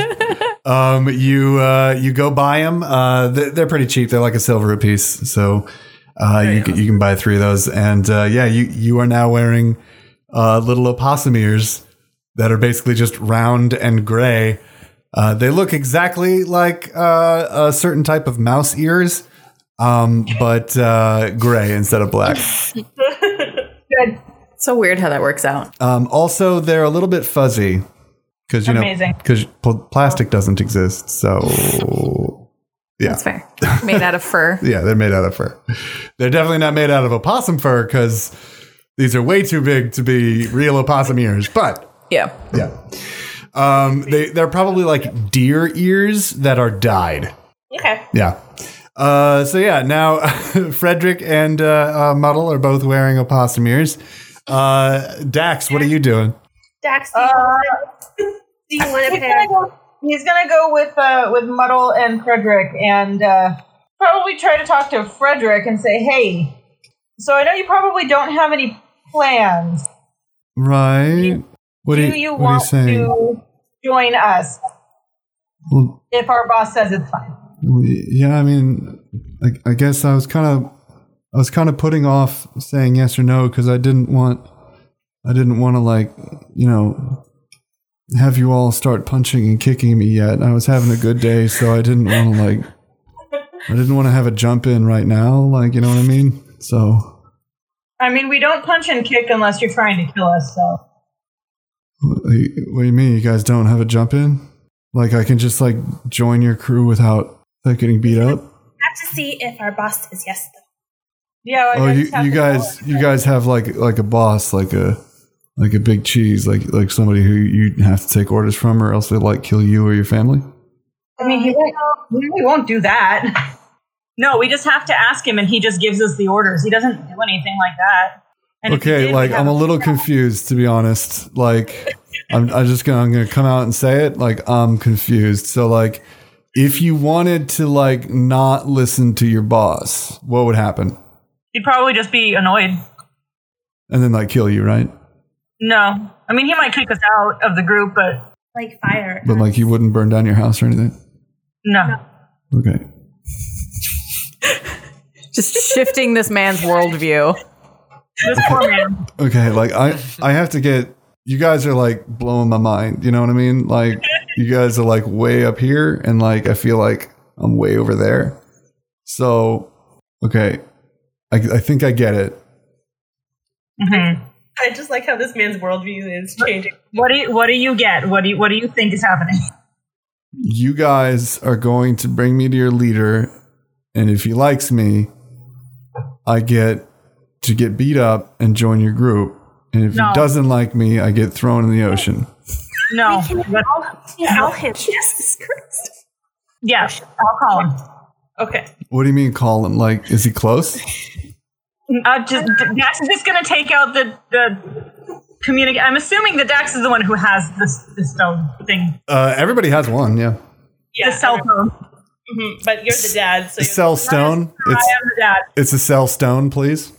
Speaker 8: Um, you uh, you go buy them. Uh, they're, they're pretty cheap. They're like a silver a piece. So uh, you can, you can buy three of those. And uh, yeah, you you are now wearing uh, little opossum ears that are basically just round and gray. Uh, they look exactly like uh, a certain type of mouse ears, um, but uh, gray instead of black.
Speaker 3: Good.
Speaker 9: So weird how that works out.
Speaker 8: Um, also, they're a little bit fuzzy because you know
Speaker 3: Amazing.
Speaker 8: because pl- plastic doesn't exist. So yeah,
Speaker 9: That's fair. Made out of fur.
Speaker 8: yeah, they're made out of fur. They're definitely not made out of opossum fur because these are way too big to be real opossum ears. But
Speaker 9: Yeah.
Speaker 8: yeah, um, they they're probably like deer ears that are dyed.
Speaker 5: Okay.
Speaker 8: Yeah. Uh, so yeah, now Frederick and uh, uh, Muddle are both wearing opossum ears. Uh, Dax, what are you doing?
Speaker 5: Dax, do you,
Speaker 3: Uh,
Speaker 5: want, do you want a
Speaker 3: He's
Speaker 5: pair?
Speaker 3: gonna go. He's gonna go with uh, with Muddle and Frederick, and uh, probably try to talk to Frederick and say, "Hey, so I know you probably don't have any plans.
Speaker 8: Right. What
Speaker 3: do
Speaker 8: are
Speaker 3: you,
Speaker 8: what are
Speaker 3: want
Speaker 8: saying?
Speaker 3: to join us
Speaker 8: Well,
Speaker 3: if our boss says it's fine?"
Speaker 8: well, yeah, I mean, I, I guess I was kind of, I was kind of putting off saying yes or no because I didn't want, I didn't want to like, you know, have you all start punching and kicking me yet. I was having a good day, so I didn't want to like, I didn't want to have a jump in right now. Like, you know what I mean? So.
Speaker 3: I mean, we don't punch and kick unless you're trying to kill us. So
Speaker 8: What do you what do you mean? You guys don't have a jump in? Like I can just like join your crew without like getting beat
Speaker 5: have
Speaker 8: up?
Speaker 5: to see if our boss says yes. Though.
Speaker 3: yeah. I
Speaker 8: Oh, you,
Speaker 3: just have
Speaker 8: you
Speaker 3: to
Speaker 8: guys, you guys have like like a boss, like a like a big cheese, like like somebody who you have to take orders from, or else they like kill you or your family.
Speaker 3: I mean, he won't, we really won't do that. No, we just have to ask him, and he just gives us the orders. He doesn't do anything like that. And if he
Speaker 8: okay,
Speaker 3: did,
Speaker 8: like
Speaker 3: we'd
Speaker 8: I'm a
Speaker 3: have-
Speaker 8: little confused to be honest. Like I'm, I'm just gonna I'm gonna come out and say it. Like I'm confused. So like, if you wanted to like not listen to your boss, what would happen?
Speaker 3: He'd probably just be annoyed.
Speaker 8: And then like kill you, right?
Speaker 3: No, I mean, he might kick us out of the group, but
Speaker 5: Like fire.
Speaker 8: But like you wouldn't burn down your house or anything.
Speaker 3: no.
Speaker 8: Okay.
Speaker 9: Just shifting this man's worldview.
Speaker 3: This poor man.
Speaker 8: Okay. Like I, I have to get. You guys are like blowing my mind. You know what I mean? Like you guys are like way up here, and like I feel like I'm way over there. So, okay, I, I think I get it.
Speaker 3: Mhm.
Speaker 5: I just like how this man's worldview is changing.
Speaker 3: What do you What do you get? What do you What do you think is happening?
Speaker 8: You guys are going to bring me to your leader, and if he likes me, I get to get beat up and join your group. And if
Speaker 3: No.
Speaker 8: he doesn't like me, I get thrown in the ocean.
Speaker 3: No, What-
Speaker 5: Tell him. Jesus Christ.
Speaker 3: yeah, I'll call him.
Speaker 5: Okay.
Speaker 8: What do you mean call him? Like, is he close?
Speaker 3: Uh, just Dax is just gonna take out the the communicate. I'm assuming that Dax is the one who has this this phone thing,
Speaker 8: Uh, everybody has one, yeah.
Speaker 3: the cell phone.
Speaker 5: Mhm, But you're the dad, so
Speaker 8: A
Speaker 5: you're
Speaker 8: cell stone.
Speaker 3: I
Speaker 8: It's
Speaker 3: am the dad.
Speaker 8: it's a cell stone, please.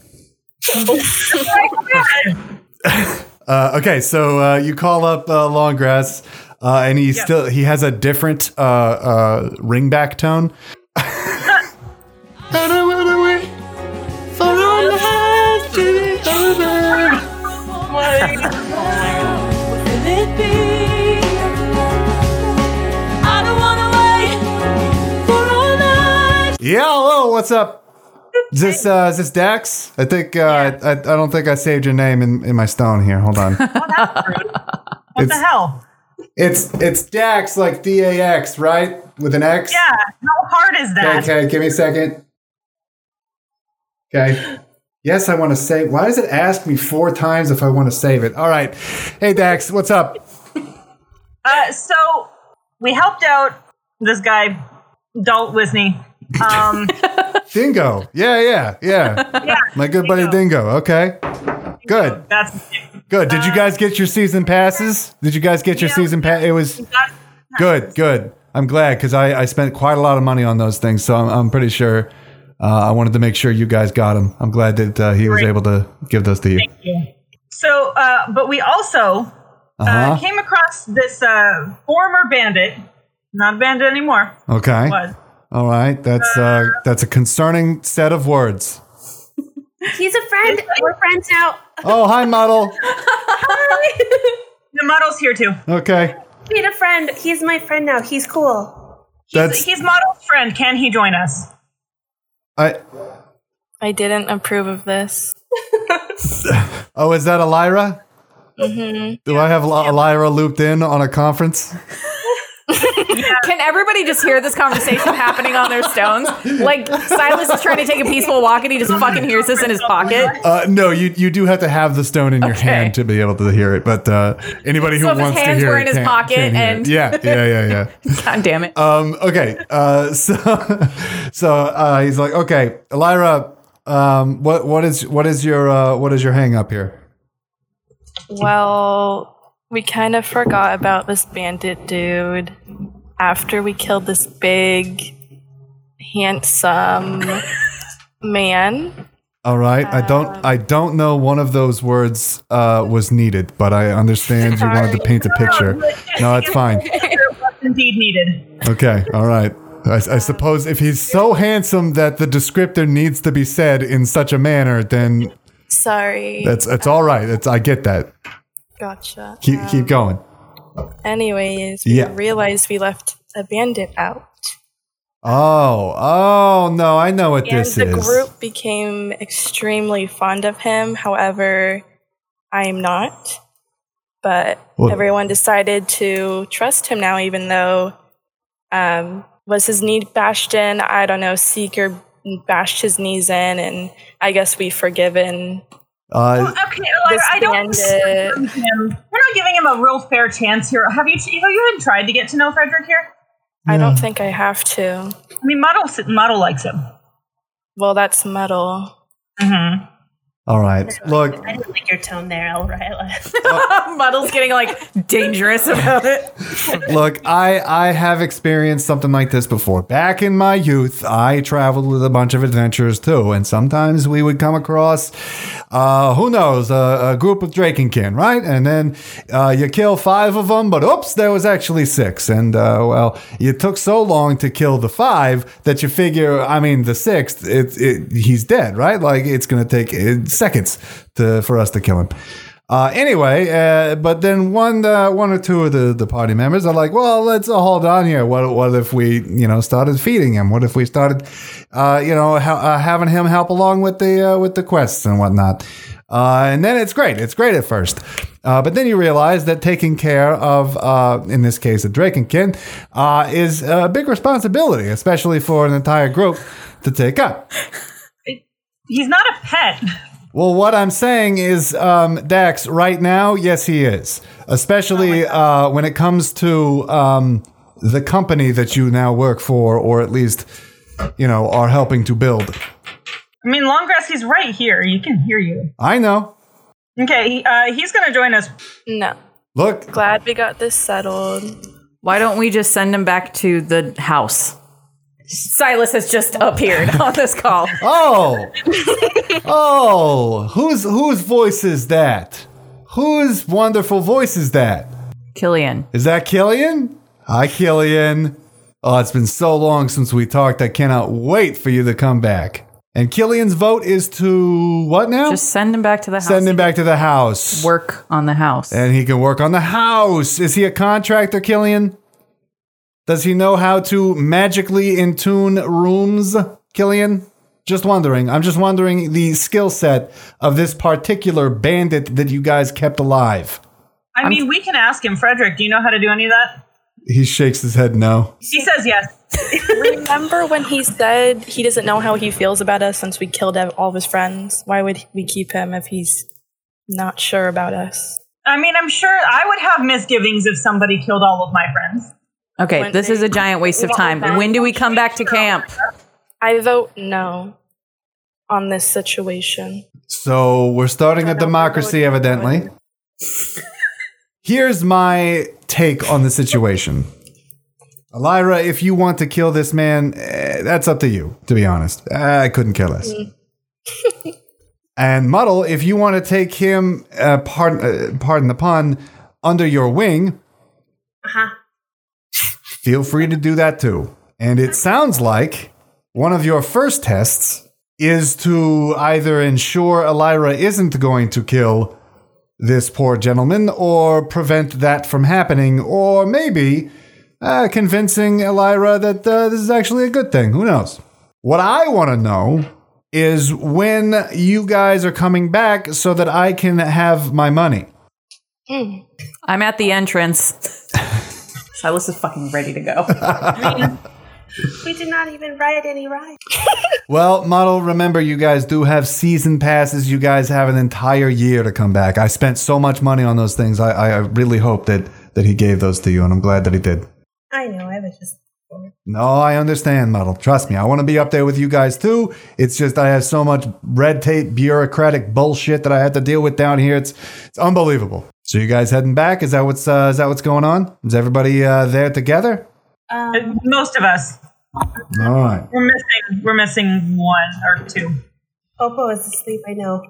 Speaker 8: Uh, okay, so uh, you call up uh, Longgrass, uh, and he still he has a different uh, uh, ringback tone. Yeah, hello, what's up? Is this uh, is this Dax? I think uh, I, I don't think I saved your name in, in my stone here. Hold on.
Speaker 3: What the
Speaker 8: It's-
Speaker 3: hell?
Speaker 8: It's it's Dax like D A X, right? With an X.
Speaker 3: Yeah, how hard is
Speaker 8: Okay,
Speaker 3: that?
Speaker 8: okay, give me a second. Okay. Yes, I want to save. Why does it ask me four times if I want to save it? All right. Hey, Dax, what's up?
Speaker 3: Uh, so we helped out this guy, Dalt Wisney. Um,
Speaker 8: Dingo. Yeah, yeah, yeah. My good buddy Dingo. Okay. Good,
Speaker 3: that's
Speaker 8: good. Did you guys get your season passes? Did you guys get your season pass? It was good, good. I'm glad because I, I spent quite a lot of money on those things, so I'm, I'm pretty sure uh, I wanted to make sure you guys got them. I'm glad that uh, he was able to give those to you.
Speaker 3: so. Uh, but we also uh,
Speaker 8: Uh
Speaker 3: came across this uh, former bandit, not a bandit anymore.
Speaker 8: huh. Okay.
Speaker 3: Was
Speaker 8: All right, that's uh, that's a concerning set of words.
Speaker 5: He's a friend. We're friends now.
Speaker 8: Oh, hi, model.
Speaker 3: the model's here too?
Speaker 8: Okay,
Speaker 5: Made a friend. He's my friend now. He's cool.
Speaker 3: He's,
Speaker 8: That's-
Speaker 3: he's model's friend. Can he join us?
Speaker 8: I
Speaker 4: I didn't approve of this.
Speaker 8: Oh, is that Elira?
Speaker 4: Mm-hmm.
Speaker 8: Do I have Li- Elira looped in on a conference?
Speaker 9: Can everybody just hear this conversation happening on their stones? Like Silas is trying to take a peaceful walk and he just fucking hears this in his pocket.
Speaker 8: Uh, no, you you do have to have the stone in your
Speaker 9: Okay.
Speaker 8: hand to be able to hear it. But uh, anybody who
Speaker 9: So if his
Speaker 8: wants to
Speaker 9: hands
Speaker 8: hear
Speaker 9: were
Speaker 8: it
Speaker 9: in his
Speaker 8: can't-
Speaker 9: pocket
Speaker 8: can't hear it.
Speaker 9: and-
Speaker 8: yeah, yeah, yeah, yeah.
Speaker 9: God damn it.
Speaker 8: Um, okay, uh, so so uh, he's like, okay, Elira, um, what what is what is your uh, what is your hang up here?
Speaker 4: Well, we kind of forgot about this bandit dude after we killed this big, handsome man.
Speaker 8: All right, I
Speaker 4: Um,
Speaker 8: don't I don't know one of those words uh, was needed, but I understand you wanted to paint a picture. No, that's fine.
Speaker 3: it was indeed needed.
Speaker 8: Okay, all right. I,
Speaker 4: Um,
Speaker 8: I suppose if he's so handsome that the descriptor needs to be said in such a manner, then
Speaker 4: Sorry.
Speaker 8: that's that's all right. That's, I get that.
Speaker 4: gotcha.
Speaker 8: Keep keep going.
Speaker 4: Anyways, we
Speaker 8: Yeah.
Speaker 4: realized we left a bandit out.
Speaker 8: Oh, oh no, I know what
Speaker 4: And
Speaker 8: this
Speaker 4: the
Speaker 8: is.
Speaker 4: group became extremely fond of him. However, I am not. But
Speaker 8: Well-
Speaker 4: everyone decided to trust him now, even though um, was his knee bashed in? I don't know. Seeker bashed his knees in, and I guess we forgiven
Speaker 8: Uh,
Speaker 3: Okay, Elira,
Speaker 4: this
Speaker 3: I don't.
Speaker 4: bandit.
Speaker 3: Him. We're not giving him a real fair chance here. Have you, have you even tried to get to know Frederick here?
Speaker 4: I don't think I have to.
Speaker 3: I mean, Muddle, Muddle likes him.
Speaker 4: Well, that's metal.
Speaker 3: Mm-hmm.
Speaker 8: all right. Look,
Speaker 5: I didn't like your tone there, Elrila.
Speaker 8: Uh,
Speaker 9: Muddle's getting like dangerous about it.
Speaker 8: Look, I I have experienced something like this before. Back in my youth, I traveled with a bunch of adventurers too, and sometimes we would come across, uh, who knows, a, a group of Drakenkin, right? And then uh, you kill five of them, but oops, there was actually six, and uh, well, it took so long to kill the five that you figure, I mean, the sixth, it, it he's dead, right? Like it's gonna take uh, seconds to for us to kill him. Uh, anyway, uh, but then one, uh, one or two of the, the party members are like, "Well, let's uh, hold on here. What, what if we, you know, started feeding him? What if we started, uh, you know, ha- uh, having him help along with the uh, with the quests and whatnot?" Uh, and then it's great. It's great at first, uh, but then you realize that taking care of, uh, in this case, a Drakenkin, uh, is a big responsibility, especially for an entire group to take up.
Speaker 3: He's not a pet.
Speaker 8: Well, what I'm saying is, um, Dax, right now, yes, he is. Especially uh, when it comes to um, the company that you now work for, or at least, you know, are helping to build.
Speaker 3: I mean, Longgrass, he's right here. You can hear you.
Speaker 8: I know.
Speaker 3: Okay, he, uh, he's going to join us.
Speaker 4: No.
Speaker 8: Look,
Speaker 4: Glad we got this settled.
Speaker 9: Why don't we just send him back to the house? Silas has just appeared on this call.
Speaker 8: oh, oh, whose whose voice is that? Whose wonderful voice is that?
Speaker 9: Killian.
Speaker 8: Is that Killian? Hi, Killian. Oh, it's been so long since we talked. I cannot wait for you to come back. And Killian's vote is to what now?
Speaker 9: Just send him back to the house.
Speaker 8: Send him back to the house.
Speaker 9: Work on the house.
Speaker 8: And he can work on the house. Is he a contractor, Killian? Does he know how to magically intune rooms, Killian? Just wondering. I'm just wondering the skill set of this particular bandit that you guys kept alive.
Speaker 3: I mean, we can ask him. Frederick, do you know how to do any of that?
Speaker 8: He shakes his head no.
Speaker 3: He says yes.
Speaker 4: Remember when he said he doesn't know how he feels about us since we killed ev- all of his friends? Why would we keep him if he's not sure about us?
Speaker 3: I mean, I'm sure I would have misgivings if somebody killed all of my friends.
Speaker 9: okay,
Speaker 4: When
Speaker 9: this
Speaker 4: they-
Speaker 9: is a giant waste of time. When do we come back to camp?
Speaker 4: I vote no on this situation.
Speaker 8: So we're starting a democracy, evidently. Here's my take on the situation. Elira, if you want to kill this man, eh, that's up to you, to be honest. I couldn't care less. and Muddle, if you want to take him, uh, pardon, uh, pardon the pun, under your wing,
Speaker 5: Uh-huh.
Speaker 8: feel free to do that too. And it sounds like one of your first tests is to either ensure Elira isn't going to kill this poor gentleman or prevent that from happening, or maybe uh, convincing Elira that uh, this is actually a good thing. Who knows? What I want to know is when you guys are coming back so that I can have my money.
Speaker 9: I'm at the entrance.
Speaker 11: Silas is fucking ready to go.
Speaker 5: We did not even ride any rides.
Speaker 8: Well, model, remember you guys do have season passes. You guys have an entire year to come back. I spent so much money on those things. I, I, I really hope that that he gave those to you, and I'm glad that he did.
Speaker 5: I know. I was just.
Speaker 8: No, I understand, model. Trust me, I want to be up there with you guys too. It's just I have so much red tape, bureaucratic bullshit that I had to deal with down here. It's it's unbelievable. So you guys heading back? Is that what's uh, is that what's going on? Is everybody uh, there together?
Speaker 5: Um,
Speaker 3: Most of us.
Speaker 8: All right.
Speaker 3: We're missing. We're missing one or two.
Speaker 5: Popo is asleep. I know.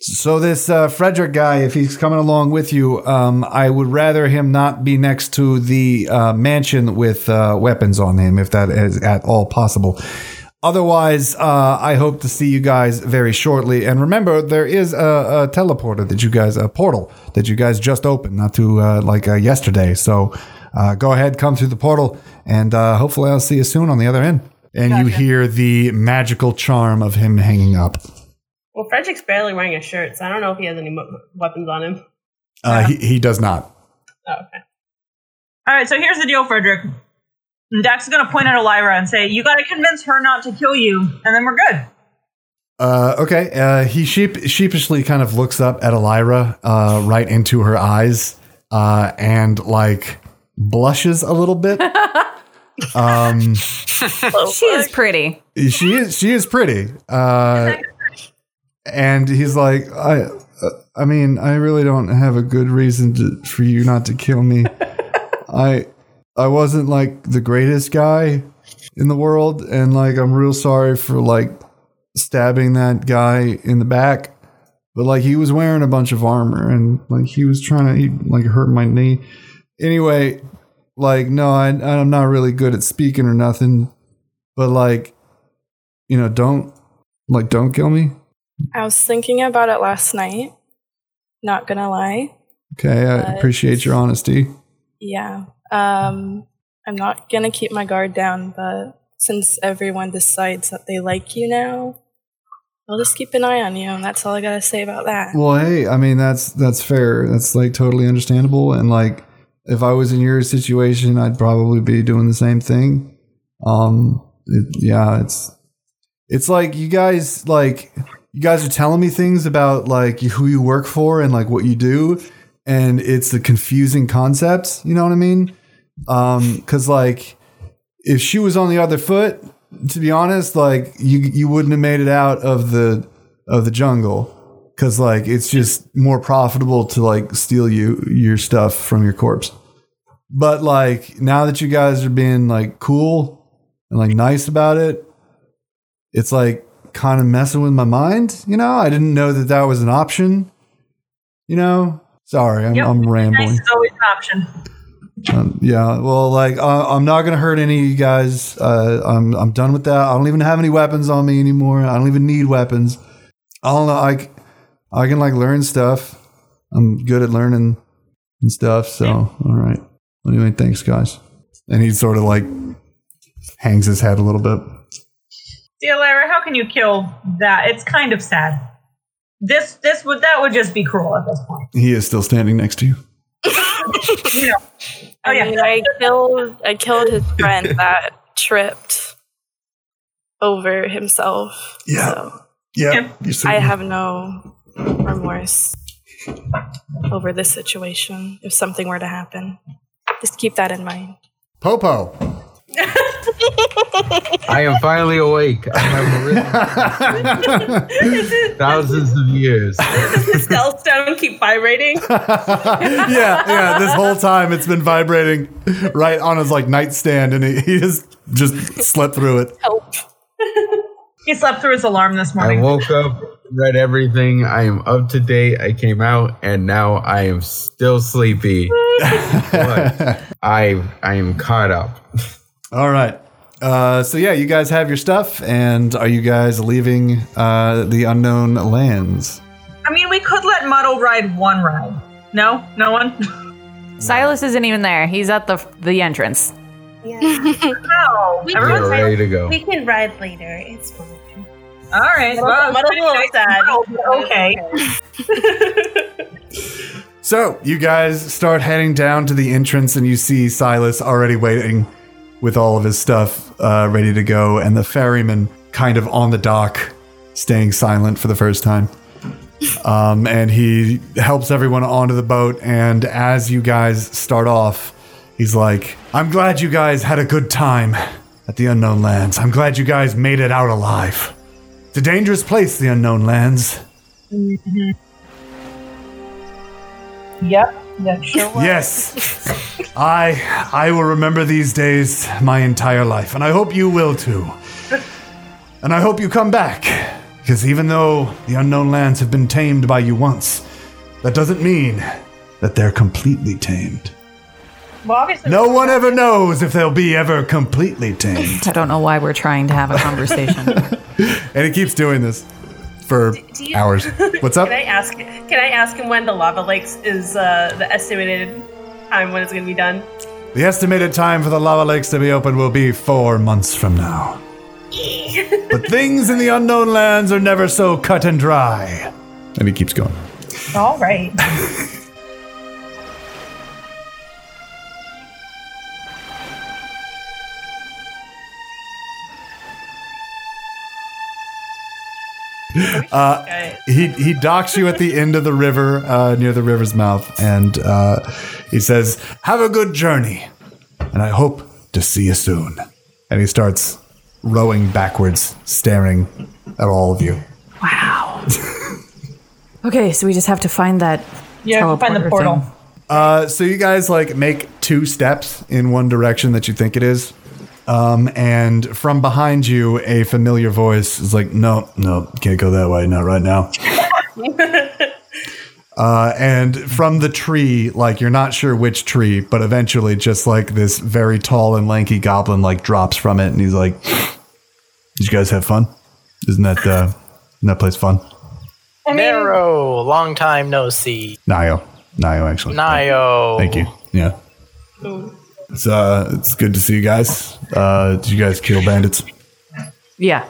Speaker 8: So this uh, Frederick guy, if he's coming along with you, um, I would rather him not be next to the uh, mansion with uh, weapons on him, if that is at all possible. Otherwise, uh, I hope to see you guys very shortly. And remember, there is a, a teleporter that you guys, a portal that you guys just opened, not too uh, like uh, yesterday. So uh, go ahead, come through the portal, and uh, hopefully I'll see you soon on the other end. And you hear the magical charm of him hanging up.
Speaker 5: Well, Frederick's barely wearing a shirt, so I don't know if he has any mo- weapons on him.
Speaker 8: Uh, he, he does not.
Speaker 5: Oh, okay.
Speaker 3: All right. So here's the deal, Frederick. Dax is gonna point at Elira and say, "You gotta convince her not to kill you, and then we're good."
Speaker 8: Uh, okay. Uh, he sheep, sheepishly kind of looks up at Elira, uh, right into her eyes, uh, and like blushes a little bit. um,
Speaker 9: She is pretty.
Speaker 8: she is she is pretty. Uh, and he's like, I, uh, I mean, I really don't have a good reason to, for you not to kill me. I, I wasn't like the greatest guy in the world, and like I'm real sorry for like stabbing that guy in the back. But like he was wearing a bunch of armor, and like he was trying to he, like hurt my knee. Anyway, like no, I, I'm not really good at speaking or nothing. But like, you know, don't like don't kill me.
Speaker 4: I was thinking about it last night. Not gonna lie.
Speaker 8: Okay, I
Speaker 4: But-
Speaker 8: appreciate your honesty.
Speaker 4: Yeah. Um, I'm not gonna keep my guard down, but since everyone decides that they like you now, I'll just keep an eye on you, and that's all I gotta say about that.
Speaker 8: Well, hey, I mean that's that's fair. That's like totally understandable. And like, if I was in your situation, I'd probably be doing the same thing. Um, it, yeah, it's it's like you guys like you guys are telling me things about like who you work for and like what you do, and it's a confusing concept. You know what I mean? Um, because like if she was on the other foot, to be honest, like you you wouldn't have made it out of the of the jungle because like it's just more profitable to like steal you your stuff from your corpse. But like now that you guys are being like cool and like nice about it, it's like kind of messing with my mind. You know, I didn't know that that was an option. You know, sorry, I'm,
Speaker 3: Yep.
Speaker 8: I'm rambling.
Speaker 3: Nice is always an option.
Speaker 8: Um, yeah, well, like I I'm not gonna hurt any of you guys. Uh, I'm I'm done with that. I don't even have any weapons on me anymore. I don't even need weapons. I don't know. I c- I can like learn stuff. I'm good at learning and stuff. So all right. Anyway, thanks guys. And he sort of like hangs his head a little bit.
Speaker 3: See, Elira, how can you kill that? It's kind of sad. This, this would that would just be cruel at this point.
Speaker 8: He is still standing next to you.
Speaker 3: Oh yeah.
Speaker 4: I mean, I killed I killed his friend that tripped over himself.
Speaker 8: Yeah.
Speaker 4: So
Speaker 3: Yeah.
Speaker 8: You
Speaker 4: I have no remorse over this situation if something were to happen. Just keep that in mind.
Speaker 8: Popo.
Speaker 10: I am finally awake. I have risen thousands of years.
Speaker 5: The skull stone keep vibrating.
Speaker 8: yeah, yeah. This whole time it's been vibrating right on his like nightstand, and he, he just just slept through it.
Speaker 3: He slept through his alarm this
Speaker 10: I
Speaker 3: morning.
Speaker 10: woke up, read everything. I am up to date. I came out, and now I am still sleepy. but I I am caught up.
Speaker 8: All right. Uh, so yeah, you guys have your stuff, and are you guys leaving uh, the unknown lands?
Speaker 3: I mean, we could let Muddle ride one ride. No, no one.
Speaker 9: Silas isn't even there. He's at the the entrance.
Speaker 5: Yeah.
Speaker 3: No,
Speaker 5: We
Speaker 3: everyone's
Speaker 10: We're
Speaker 5: Everyone's
Speaker 10: ready to go.
Speaker 5: we can ride later. It's fine.
Speaker 3: All right. Well,
Speaker 5: Muddle
Speaker 3: pretty
Speaker 5: little
Speaker 3: nice
Speaker 5: sad.
Speaker 3: world, but
Speaker 5: Oh,
Speaker 3: Okay.
Speaker 8: So you guys start heading down to the entrance, and you see Silas already waiting with all of his stuff uh, ready to go, and the ferryman kind of on the dock, staying silent for the first time. Um, and he helps everyone onto the boat. And as you guys start off, he's like, I'm glad you guys had a good time at the Unknown Lands. I'm glad you guys made it out alive. It's a dangerous place, the Unknown Lands.
Speaker 3: Yep. That sure was.
Speaker 8: Yes. I I will remember these days my entire life, and I hope you will too. And I hope you come back. Because even though the unknown lands have been tamed by you once, that doesn't mean that they're completely tamed.
Speaker 3: Well, obviously,
Speaker 8: No one ever knows if they'll be ever completely tamed.
Speaker 9: I don't know why we're trying to have a conversation.
Speaker 8: And it keeps doing this for
Speaker 5: do you-
Speaker 8: hours. What's up?
Speaker 5: Can I ask? Can I ask him when the lava lakes is uh, the estimated time when it's going to be done?
Speaker 8: The estimated time for the lava lakes to be open will be four months from now. but things in the unknown lands are never so cut and dry. And he keeps going.
Speaker 3: All right.
Speaker 5: Okay.
Speaker 8: Uh, He he docks you at the end of the river, uh, near the river's mouth, and uh, he says, "Have a good journey, and I hope to see you soon." And he starts rowing backwards, staring at all of you.
Speaker 9: okay, so we just have to find that.
Speaker 3: You have to find the
Speaker 9: teleporter
Speaker 3: portal.
Speaker 9: thing.
Speaker 8: Uh, so you guys like make two steps in one direction that you think it is, um, and from behind you, a familiar voice is like, "No, no, can't go that way. Not right now." uh, and from the tree, like you're not sure which tree, but eventually, just like this very tall and lanky goblin, like drops from it, and he's like, "Did you guys have fun? Isn't that uh, isn't that place fun?"
Speaker 3: I mean,
Speaker 7: Nero, long time no see.
Speaker 8: Nio, Nio, actually.
Speaker 7: Nio.
Speaker 8: Thank you. Yeah. It's uh, it's good to see you guys. Uh, did you guys kill bandits?
Speaker 9: Yeah.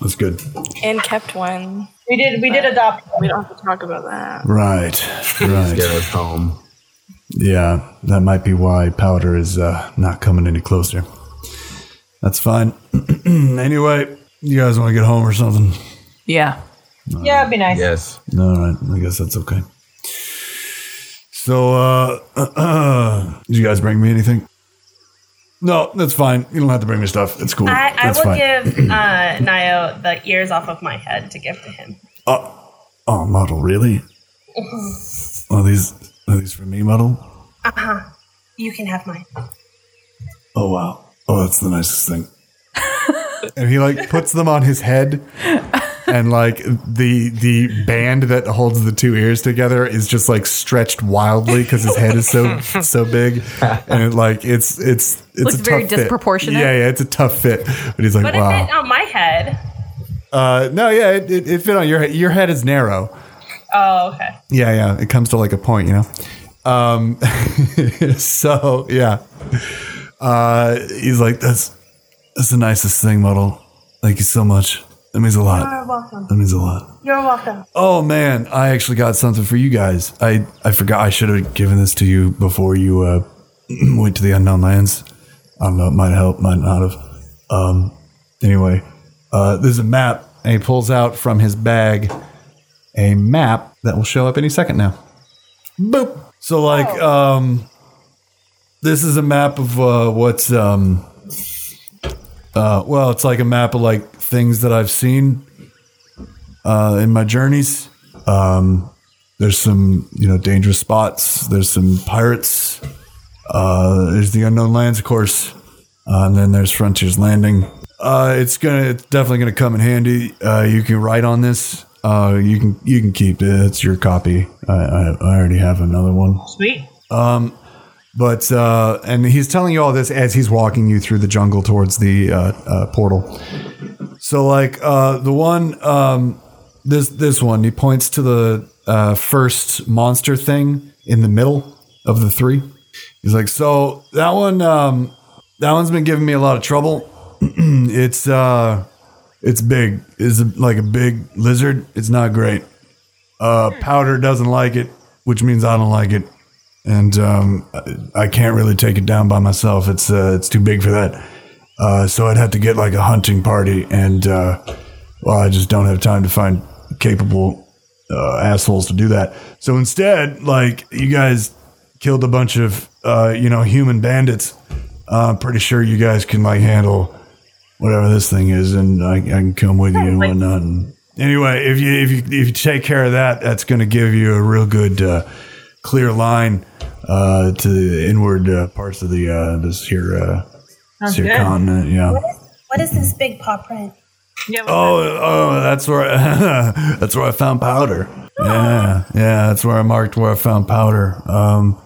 Speaker 8: That's good.
Speaker 4: and kept one.
Speaker 3: we did. We did adopt.
Speaker 4: We don't have to talk about that.
Speaker 8: Right,
Speaker 10: Get
Speaker 8: right.
Speaker 10: us home.
Speaker 8: yeah, that might be why powder is uh, not coming any closer. That's fine. anyway, you guys want to get home or something?
Speaker 9: Yeah.
Speaker 3: Yeah, it'd be nice.
Speaker 10: Yes.
Speaker 8: All right, I guess that's okay. So, uh, did you guys bring me anything? No, that's fine. You don't have to bring me stuff. It's cool.
Speaker 5: I, I
Speaker 8: that's
Speaker 5: will
Speaker 8: fine.
Speaker 5: give uh, Nio the ears off of my head to give to him.
Speaker 8: Oh, model, really? are these are these for me, model?
Speaker 5: You can have mine.
Speaker 8: Oh wow! Oh, that's the nicest thing. and he like puts them on his head, and like the the band that holds the two ears together is just like stretched wildly because his head is so so big, and it, like it's it's it's
Speaker 9: Looks
Speaker 8: a
Speaker 9: very
Speaker 8: tough fit.
Speaker 9: disproportionate.
Speaker 8: Yeah, yeah, it's a tough fit. But he's like,
Speaker 5: But
Speaker 8: wow.
Speaker 5: it fit on my head.
Speaker 8: uh, no, yeah, it, it, it fit on your head. Your head is narrow.
Speaker 5: Oh, okay.
Speaker 8: Yeah, yeah. It comes to like a point, you know. Um, so yeah, uh, he's like, "That's that's the nicest thing, model. Thank you so much. That means a lot. You're welcome. That means a lot. You're welcome. Oh man, I actually got something for you guys. I I forgot. I should have given this to you before you uh, went to the unknown lands. I don't know. It might help. Might not have. Um, anyway, uh, there's a map, and he pulls out from his bag a map that will show up any second now. Boop. So like um this is a map of uh what's um uh well it's like a map of like things that I've seen uh in my journeys. Um there's some, you know, dangerous spots, there's some pirates, uh there's the unknown lands of course. Uh, and then there's Frontier's Landing. Uh, it's gonna, it's definitely gonna come in handy. Uh, you can write on this. Uh, you can, you can keep it. It's your copy. I, I, I already have another one.
Speaker 5: Sweet.
Speaker 8: But uh, and he's telling you all this as he's walking you through the jungle towards the uh, uh, portal. So like uh, the one, um, this this one, he points to the uh, first monster thing in the middle of the three. He's like, so that one, um, that one's been giving me a lot of trouble. it's uh, It's big. It's a- like a big lizard. It's not great. Uh, powder doesn't like it, which means I don't like it, and um, I, I can't really take it down by myself. It's uh, it's too big for that. Uh, so I'd have to get like a hunting party, and uh, well, I just don't have time to find capable uh, assholes to do that. So instead, like you guys killed a bunch of uh, you know human bandits. Uh, I'm pretty sure you guys can like handle whatever this thing is, and I, I can come with you and whatnot. And anyway, if you if you if you take care of that, that's going to give you a real good uh, clear line uh, to the inward uh, parts of the uh, this here uh, this here
Speaker 3: good.
Speaker 8: continent. Yeah.
Speaker 12: What is this big paw print?
Speaker 8: Oh, oh, that's where that's where I found powder. Yeah, yeah, that's where I marked where I found powder. Um,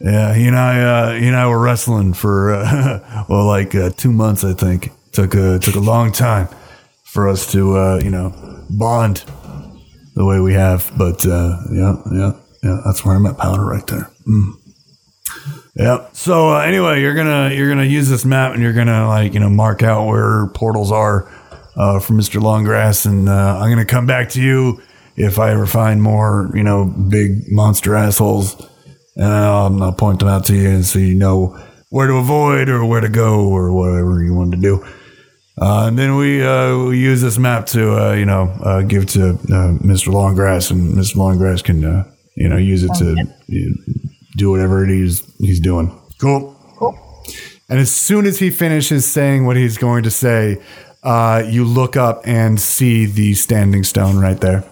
Speaker 8: yeah, he and I, uh, he and I were wrestling for uh, well, like uh, two months, I think. took a took a long time for us to uh, you know bond the way we have. But uh, yeah, yeah, yeah, that's where I met powder right there. Mm. Yep. So uh, anyway, you're gonna you're gonna use this map and you're gonna like you know mark out where portals are uh, for Mister Longgrass, and uh, I'm gonna come back to you if I ever find more you know big monster assholes, and I'll, I'll point them out to you, and so you know where to avoid or where to go or whatever you want to do. Uh, and then we, uh, we use this map to uh, you know uh, give to uh, Mr. Longgrass, and Mr. Longgrass can uh, you know use it to you know, do whatever it is he's doing. Cool. And as soon as he finishes saying what he's going to say, uh, you look up and see the standing stone right there.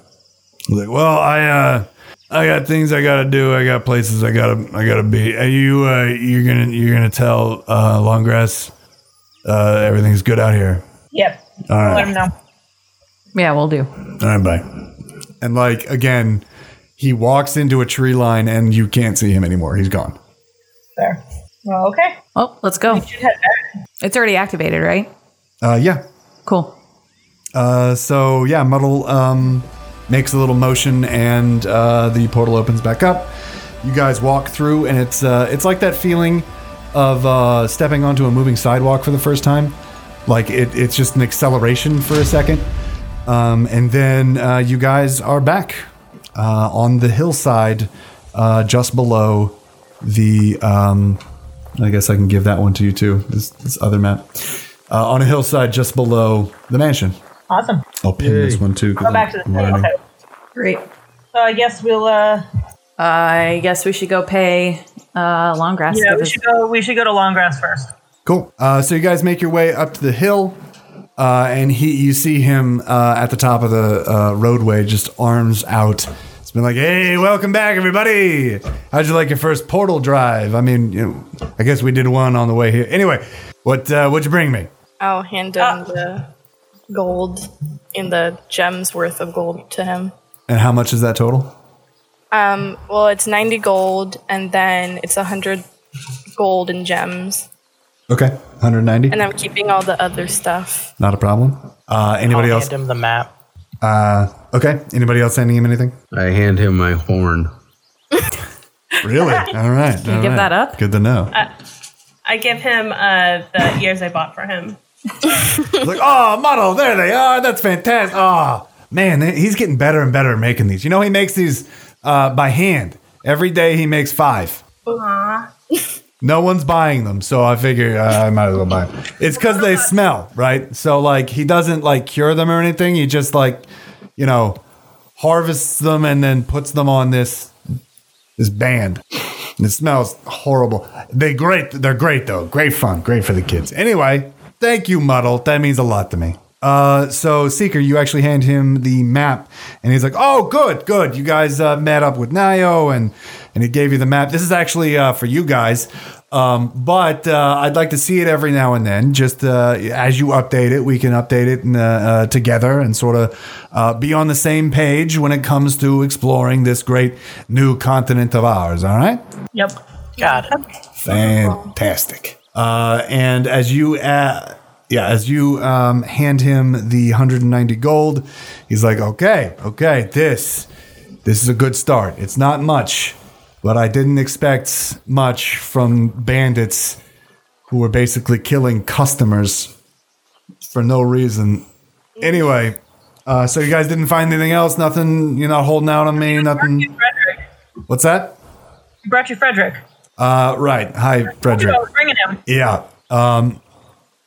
Speaker 8: He's like, well, I uh, I got things I gotta do. I got places I gotta I gotta be. Are you uh, you're gonna you're gonna tell uh, Longgrass uh, everything's good out here.
Speaker 3: Yep.
Speaker 8: All right.
Speaker 3: Let him know.
Speaker 9: Yeah, we'll do.
Speaker 8: All right, bye. And like again, he walks into a tree line and you can't see him anymore. He's gone.
Speaker 3: There. Well, okay.
Speaker 9: Well, Oh, let's go.
Speaker 3: Should head back.
Speaker 9: It's already activated, right?
Speaker 8: Uh, yeah.
Speaker 9: Cool.
Speaker 8: Uh, so yeah, Muddle um, makes a little motion and uh, the portal opens back up. You guys walk through and it's uh, it's like that feeling of uh, stepping onto a moving sidewalk for the first time. Like it, it's just an acceleration for a second. Um, and then uh, you guys are back uh, on the hillside uh, just below the um, I guess I can give that one to you too. This, this other map uh, on a hillside just below the mansion.
Speaker 3: Awesome.
Speaker 8: I'll pin this one too. 'cause
Speaker 3: Go back to the
Speaker 8: I'm writing.
Speaker 3: Okay.
Speaker 9: Great.
Speaker 3: So I guess we'll. Uh,
Speaker 9: I guess we should go pay uh, Longgrass. to
Speaker 3: yeah,
Speaker 9: give
Speaker 3: we
Speaker 9: us-
Speaker 3: should go. We should go to Longgrass first.
Speaker 8: Cool. Uh, so you guys make your way up to the hill, uh, and he you see him uh, at the top of the uh, roadway, just arms out. It's been like, "Hey, welcome back, everybody! How'd you like your first portal drive? I mean, you know, I guess we did one on the way here. Anyway, what uh, what'd you bring me?
Speaker 4: I'll hand him
Speaker 3: Ah.
Speaker 4: the gold and the gems worth of gold to him.
Speaker 8: And how much is that total?
Speaker 4: Um, well, it's 90 gold and then it's 100 gold and gems.
Speaker 8: Okay, 190.
Speaker 4: And I'm keeping all the other stuff.
Speaker 8: Not a problem. Uh, anybody
Speaker 7: I'll
Speaker 8: else?
Speaker 7: hand him the map.
Speaker 8: Uh, okay. Anybody else sending him anything?
Speaker 10: I hand him my horn.
Speaker 8: Really? All right. Can
Speaker 9: you give that up?
Speaker 8: Good to know.
Speaker 5: I give him uh, the ears I bought for him.
Speaker 8: like, oh, model, there they are. That's fantastic. Oh, man, he's getting better and better at making these. You know, he makes these uh, by hand. Every day he makes five. No one's buying them, so I figure uh, I might as well buy them. It's because they smell, right? So like he doesn't like cure them or anything. He just like, you know, harvests them and then puts them on this this band. And it smells horrible. They great. They're great though. Great fun. Great for the kids. Anyway, thank you, Muddle. That means a lot to me. Uh, so Seeker, you actually hand him the map, and he's like, "Oh, good, good. You guys uh, met up with Nio, and and he gave you the map. This is actually uh, for you guys, um, but uh, I'd like to see it every now and then. Just uh, as you update it, we can update it and, uh, uh, together and sort of uh, be on the same page when it comes to exploring this great new continent of ours. All right."
Speaker 3: Yep.
Speaker 7: Got it.
Speaker 8: Fantastic. Uh, and as you, uh, yeah, as you um, hand him the 190 gold, he's like, okay, okay, this, this is a good start. It's not much, but I didn't expect much from bandits who were basically killing customers for no reason Anyway, uh, so you guys didn't find anything else? Nothing? You're not holding out on me? Nothing?
Speaker 3: Frederick.
Speaker 8: What's that?
Speaker 3: You brought you Frederick.
Speaker 8: Uh, right. Hi, Frederick.
Speaker 3: I was bringing him.
Speaker 8: Yeah. Um,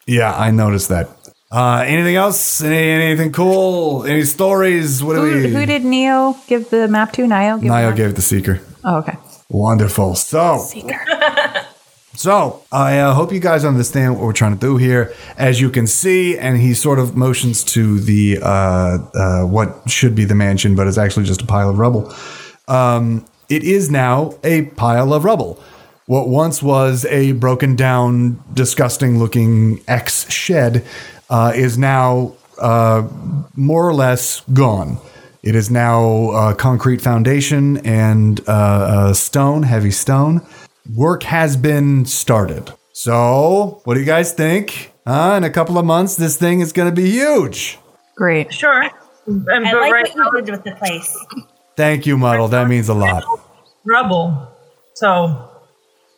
Speaker 8: yeah, I noticed that. Uh, anything else? Any, anything cool? Any stories? What do
Speaker 9: Who,
Speaker 8: we?
Speaker 9: who did Neo give the map to? Nio? Give
Speaker 8: Nio gave it to Seeker.
Speaker 9: Oh, okay.
Speaker 8: Wonderful. So, so I uh, hope you guys understand what we're trying to do here. As you can see, and he sort of motions to the uh, uh, what should be the mansion, but it's actually just a pile of rubble. Um, it is now a pile of rubble. What once was a broken down, disgusting looking X shed uh, is now uh, more or less gone. It is now a concrete foundation and uh, uh, stone, heavy stone. Work has been started. So, what do you guys think? Huh? In a couple of months, this thing is going to be huge.
Speaker 9: Great.
Speaker 3: Sure. And,
Speaker 12: I
Speaker 3: but
Speaker 12: like
Speaker 3: right
Speaker 12: what you did with the place.
Speaker 8: Thank you, Muddle. That means a lot.
Speaker 3: rubble. So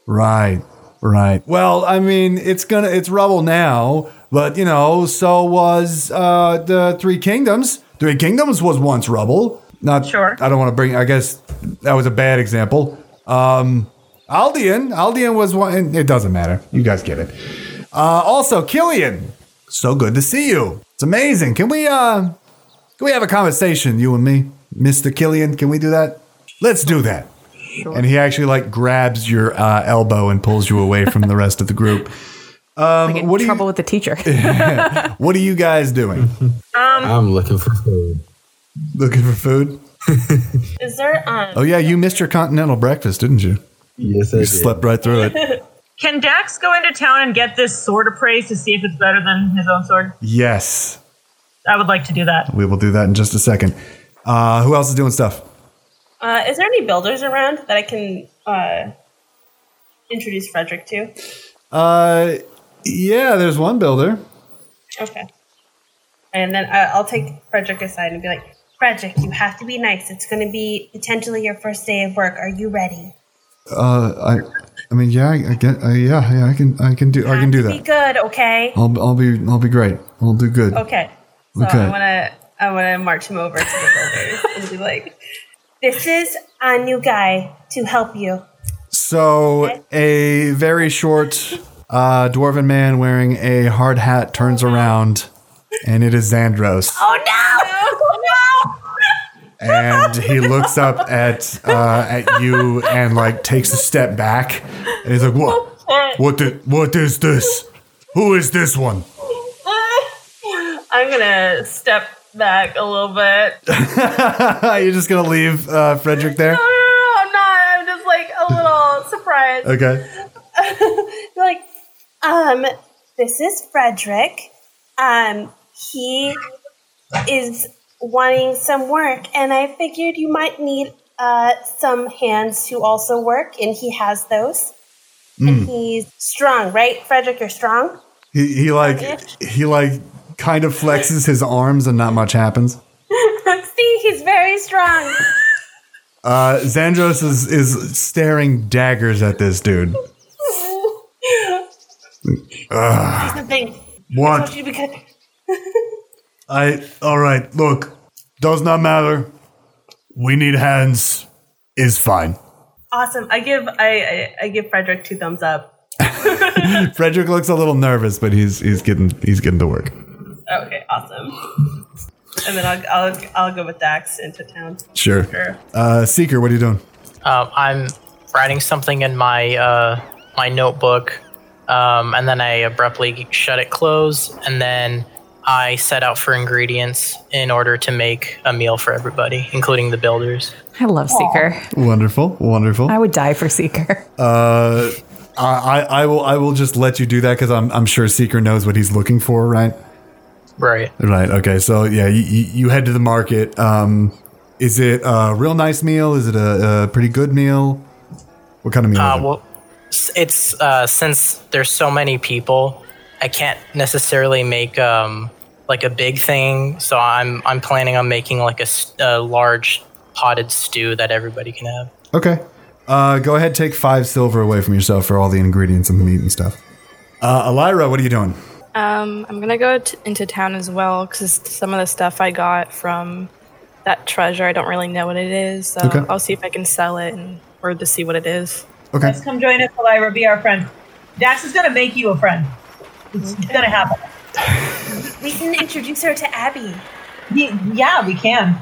Speaker 8: Right, right. Well, I mean, it's gonna it's rubble now, but you know, so was uh, the Three Kingdoms. Three Kingdoms was once rubble. Not sure. I don't want to bring. I guess that was a bad example. Um, Aldian, Aldian was one. It doesn't matter. You guys get it. Uh, also, Killian, so good to see you. It's amazing. Can we uh, can we have a conversation, you and me, Mister Killian? Can we do that? Let's do that. And he actually like grabs your uh, elbow and pulls you away from the rest of the group. Um, what do Eh. trouble
Speaker 9: with the teacher?
Speaker 8: what are you guys doing?
Speaker 10: I'm looking for food.
Speaker 8: Looking for food?
Speaker 12: Is there um
Speaker 8: Oh yeah, you missed your continental breakfast, didn't you?
Speaker 10: Yes,
Speaker 8: I you slept right through it.
Speaker 3: can Dax go into town and get this sword appraised to see if it's better than his own sword?
Speaker 8: Yes,
Speaker 3: I would like to do that.
Speaker 8: we will do that in just a second. Uh, who else is doing stuff?
Speaker 5: Uh, is there any builders around that I can uh, introduce Frederick to?
Speaker 8: Uh, yeah, there's one builder.
Speaker 5: Okay. uh,
Speaker 12: And then I I'll take Frederick aside and be like, Frederick, you have to be nice. It's going to be potentially your first day of work. Are you ready?
Speaker 8: Uh, I, I mean, yeah, I, I get, uh, yeah, yeah, I can, I can do, I can do
Speaker 12: Be
Speaker 8: that.
Speaker 12: good, okay?
Speaker 8: I'll, I'll be, I'll be great. I'll do good.
Speaker 5: Okay. So
Speaker 8: Okay.
Speaker 5: I want to I want to march him over to the builders and be like,
Speaker 12: This is a new guy to help you.
Speaker 8: So a very short uh, dwarven man wearing a hard hat turns around, and it is Xandros,
Speaker 12: Oh no! Oh
Speaker 8: and he looks up at uh, at you and like takes a step back, and he's like, "What? What? The, what is this? Who is this one?"
Speaker 5: I'm gonna step back a little bit.
Speaker 8: You're just gonna leave uh, Frederick there,
Speaker 5: No, no, no, I'm not. I'm just like a little surprised.
Speaker 8: okay?
Speaker 12: like, um, this is Frederick. Um, he is wanting some work, and I figured you might need uh, some hands to also work, and he has those. And he's strong, right? Frederick, you're strong?
Speaker 8: He he like he like kind of flexes his arms, and not much happens.
Speaker 12: See, he's very strong.
Speaker 8: Uh, Xandros is, is staring daggers at this dude. Ugh,
Speaker 12: Something. I told
Speaker 8: what?
Speaker 12: you to be good.
Speaker 8: I. All right, look. Does not matter. We need hands. Is fine.
Speaker 5: Awesome. I give I, I I give Frederick two thumbs up.
Speaker 8: Frederick looks a little nervous, but he's he's getting he's getting to work.
Speaker 5: Okay, awesome. And then I'll I'll, I'll go with Dax into town.
Speaker 8: Sure. Uh, Seeker, what are you doing?
Speaker 7: Um, I'm writing something in my uh, my notebook, um, and then I abruptly shut it close, and then I set out for ingredients in order to make a meal for everybody, including the builders.
Speaker 9: I love Seeker.
Speaker 8: Wonderful, wonderful.
Speaker 9: I would die for Seeker.
Speaker 8: Uh, I, I I will I will just let you do that because I'm I'm sure Seeker knows what he's looking for, right?
Speaker 7: Right.
Speaker 8: Right. Okay. So yeah, you, you you head to the market. Um, is it a real nice meal? Is it a, a pretty good meal? What kind of meal?
Speaker 7: Uh,
Speaker 8: is it?
Speaker 7: well, s- it's uh, since there's so many people, I can't necessarily make um, like a big thing. So I'm I'm planning on making like a, s- a large potted stew that everybody can have.
Speaker 8: Okay. Uh, go ahead. Take five silver away from yourself for all the ingredients and the meat and stuff. Uh, Elira, what are you doing?
Speaker 4: Um, I'm gonna go t- into town as well because some of the stuff I got from that treasure, I don't really know what it is. So
Speaker 8: Okay.
Speaker 4: I'll see if I can sell it and, or to see what it is.
Speaker 8: Okay.
Speaker 3: Let's come join us, Elira. Be our friend. Dax is going to make you a friend. It's going to happen.
Speaker 12: We can introduce her to Abby.
Speaker 3: Ye- Yeah, we can.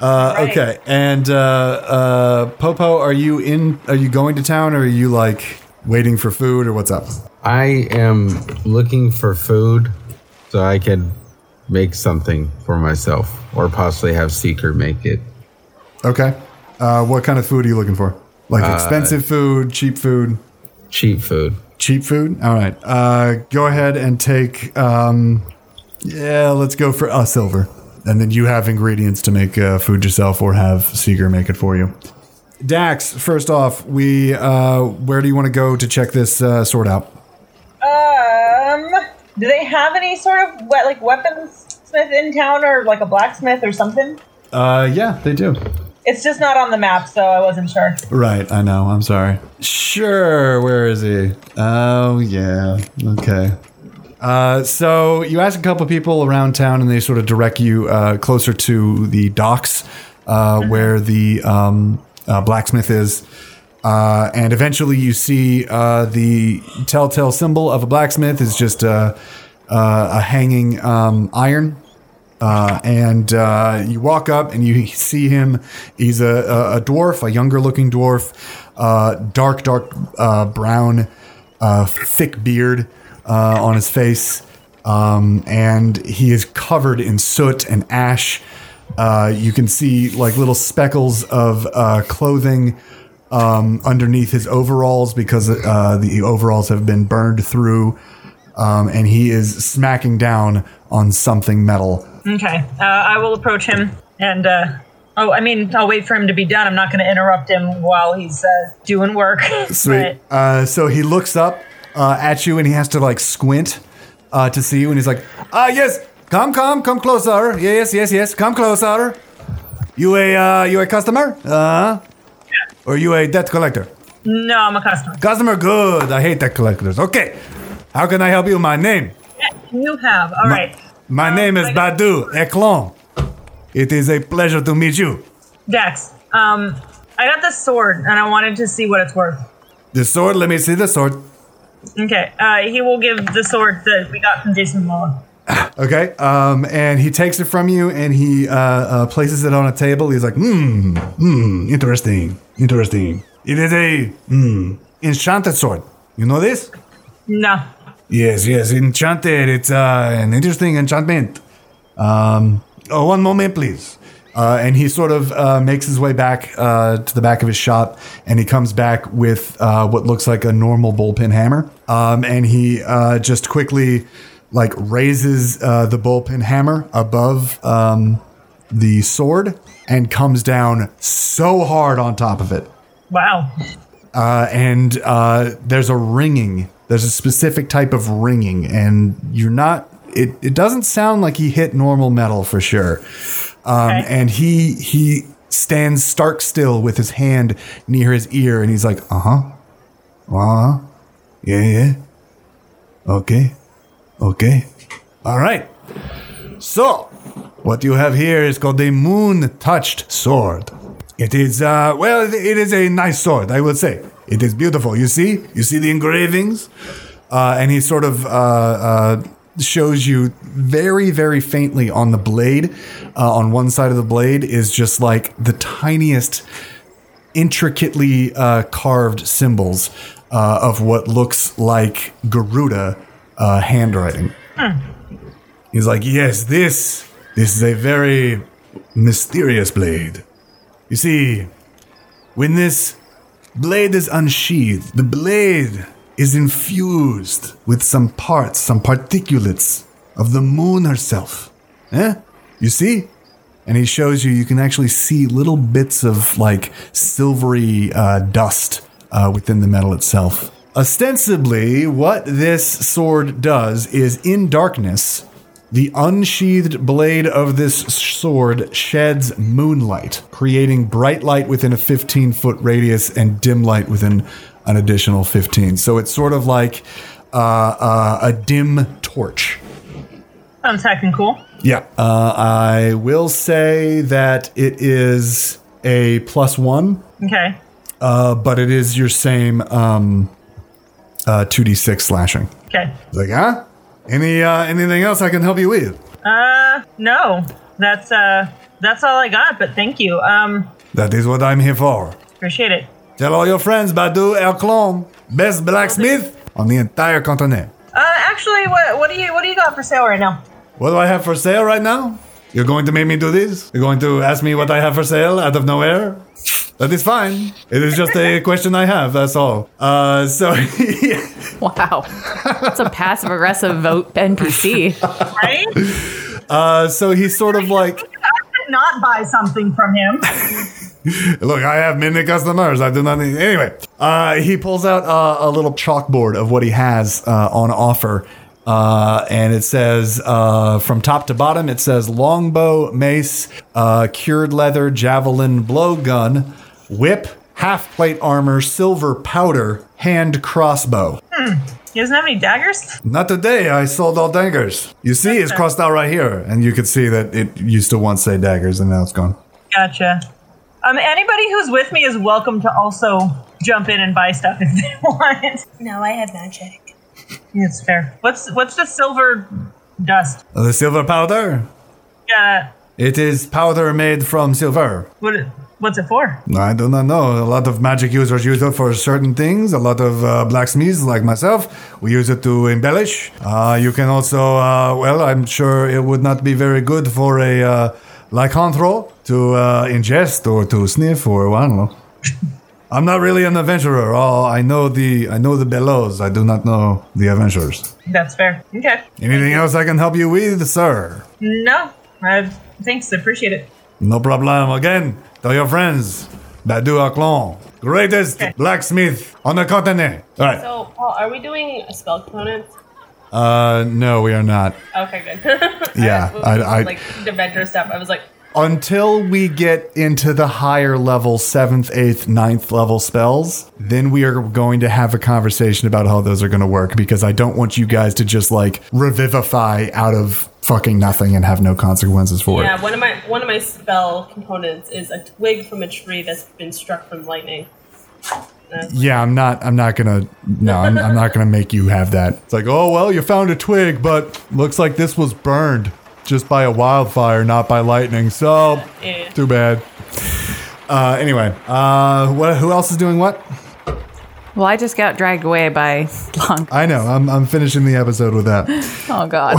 Speaker 8: Uh,
Speaker 3: Right.
Speaker 8: Okay, and uh, uh, Popo, are you in? Are you going to town, or are you like waiting for food, or what's up?
Speaker 10: I am looking for food so I can make something for myself or possibly have Seeker make it.
Speaker 8: Okay, uh, what kind of food are you looking for? Like
Speaker 10: Uh,
Speaker 8: expensive food, cheap food,
Speaker 10: cheap food,
Speaker 8: cheap food. All right, uh, go ahead and take. Um, yeah, let's go for a silver, and then you have ingredients to make uh, food yourself, or have Seeger make it for you. Dax, first off, we uh, where do you want to go to check this uh, sword out?
Speaker 3: Um, do they have any sort of we- like weaponsmith in town or like a blacksmith or something?
Speaker 8: Uh, yeah, they do.
Speaker 3: It's just not on the map, so I wasn't sure.
Speaker 8: Right, I know. I'm sorry. Sure, where is he? Oh, yeah. Okay. Uh, so you ask a couple people around town, and they sort of direct you uh, closer to the docks uh, where the um, uh, blacksmith is. Uh, and eventually, you see uh, the telltale symbol of a blacksmith is just uh, uh, a hanging um, iron uh, and uh, you walk up and you see him. He's a, a, a dwarf, a younger looking dwarf, uh, dark, dark uh, brown, uh, thick beard uh, on his face. Um, and he is covered in soot and ash. Uh, you can see like little speckles of uh, clothing um, underneath his overalls because uh, the overalls have been burned through. Um, and he is smacking down on something metal.
Speaker 3: Okay, uh, I will approach him and. Uh, oh, I mean, I'll wait for him to be done. I'm not going to interrupt him while he's uh, doing work.
Speaker 8: Sweet. Uh, so he looks up uh, at you and he has to like squint uh, to see you, and he's like, "Ah, yes, come, come, come closer. Yes, yes, yes, come closer. You a uh, you a customer? Uh, or you a debt collector?
Speaker 3: No, I'm a customer.
Speaker 8: Customer, good. I hate debt collectors. Okay, how can I help you? My name,
Speaker 3: You have. all
Speaker 8: My-
Speaker 3: right.
Speaker 8: my name is Badu Eklon. It is a pleasure to meet you.
Speaker 3: Dax, um, I got this sword and I wanted to see what it's worth.
Speaker 8: The sword. Let me see the sword.
Speaker 3: Okay, uh, he will give the sword that we got from Jason Mullen.
Speaker 8: Okay. Um, and he takes it from you and he uh, uh, places it on a table. He's like, hmm, hmm, interesting, interesting. It is a hmm, enchanted sword. You know this?
Speaker 3: No.
Speaker 8: Yes, yes, enchanted. It's uh, an interesting enchantment. Um, oh, one moment, please. Uh, and he sort of uh, makes his way back uh, to the back of his shop, and he comes back with uh, what looks like a normal bullpen hammer. Um, and he uh, just quickly, like, raises uh, the bullpen hammer above um, the sword and comes down so hard on top of it
Speaker 3: Wow.
Speaker 8: uh, and uh, there's a ringing. There's a specific type of ringing, and you're not. It, it doesn't sound like he hit normal metal for sure. Um, And he he stands stark still with his hand near his ear, and he's like, uh huh, uh huh, yeah, yeah, okay, okay, all right. So, what you have here is called a moon touched sword. It is, uh, well, it it is a nice sword, I will say. It is beautiful. You see? You see the engravings? Uh, and he sort of uh, uh, shows you very, very faintly on the blade. Uh, on one side of the blade is just like the tiniest intricately uh, carved symbols uh, of what looks like Garuda uh, handwriting. He's like, yes, this this is a very mysterious blade. You see, when this blade is unsheathed, the blade is infused with some parts, some particulates of the moon herself. Eh? You see? And he shows you, you can actually see little bits of like silvery uh, dust uh, within the metal itself. Ostensibly, what this sword does is in darkness, the unsheathed blade of this sword sheds moonlight, creating bright light within a 15 foot radius and dim light within an additional 15. So it's sort of like uh, uh, a dim torch.
Speaker 3: Sounds heckin' cool.
Speaker 8: Yeah. Uh, I will say that it is a plus one,
Speaker 3: Okay.
Speaker 8: uh, but it is your same um, uh, 2d6 slashing.
Speaker 3: Okay.
Speaker 8: It's like, huh? Any uh, anything else I can help you with?
Speaker 3: Uh, no, that's uh, that's all I got. But thank you. Um,
Speaker 8: That is what I'm here for.
Speaker 3: appreciate it.
Speaker 8: Tell all your friends Badu El Clon, best blacksmith on the entire continent.
Speaker 3: Uh, actually, what what do you what do you got for sale right now?
Speaker 8: What do I have for sale right now? You're going to make me do this? You're going to ask me what I have for sale out of nowhere? That is fine. It is just a question I have, that's all. Uh, so,
Speaker 9: Wow. That's a passive aggressive vote NPC.
Speaker 3: Right?
Speaker 8: uh, so he's sort of like,
Speaker 3: I could not buy something from him.
Speaker 8: Look, I have many customers. I do not need. Anyway, uh, he pulls out uh, a little chalkboard of what he has uh, on offer. Uh, and it says uh, from top to bottom, it says longbow, mace, uh, cured leather, javelin, blowgun, whip, half plate armor, silver powder, hand crossbow.
Speaker 3: He doesn't have any daggers.
Speaker 8: Not today. I sold all daggers. You see, it's crossed out right here. And you can see that it used to once say daggers and now it's gone.
Speaker 3: Gotcha. Um, anybody who's with me is welcome to also jump in and buy stuff if they want.
Speaker 12: No, I have magic.
Speaker 3: It's fair. What's what's the silver dust? Uh,
Speaker 8: The silver powder?
Speaker 3: Yeah.
Speaker 8: It is powder made from silver.
Speaker 3: What what's it for?
Speaker 8: I do not know. A lot of magic users use it for certain things. A lot of uh, blacksmiths, like myself, we use it to embellish. Uh, you can also, uh, well, I'm sure it would not be very good for a uh, lycanthro to uh, ingest or to sniff or well, I don't know. I'm not really an adventurer. Oh, I know the I know the bellows. I do not know the adventurers.
Speaker 3: That's fair. Okay.
Speaker 8: Anything else I can help you with, sir?
Speaker 3: No. Uh, thanks. Appreciate it.
Speaker 8: No problem. Again, tell your friends. Badu Aklon, greatest blacksmith on the continent. All right.
Speaker 5: So, Paul, are we doing a spell component?
Speaker 8: Uh, no, we are not.
Speaker 5: Okay, good.
Speaker 8: Yeah,
Speaker 5: was,
Speaker 8: I- I-
Speaker 5: like the vendor stuff. I was like,
Speaker 8: Until we get into the higher level, seventh, eighth, ninth level spells, then we are going to have a conversation about how those are going to work because I don't want you guys to just like revivify out of fucking nothing and have no consequences for
Speaker 5: yeah,
Speaker 8: it.
Speaker 5: one of my one of my spell components is a twig from a tree that's been struck from lightning.
Speaker 8: Yeah, I'm not. I'm not gonna. No, I'm, I'm not gonna make you have that. It's like, oh well, you found a twig, but looks like this was burned just by a wildfire, not by lightning. So,
Speaker 5: Yeah.
Speaker 8: too bad. Uh, anyway, uh, what? Who else is doing what?
Speaker 9: Well, I just got dragged away by long.
Speaker 8: I know. I'm, I'm finishing the episode with that.
Speaker 9: Oh God.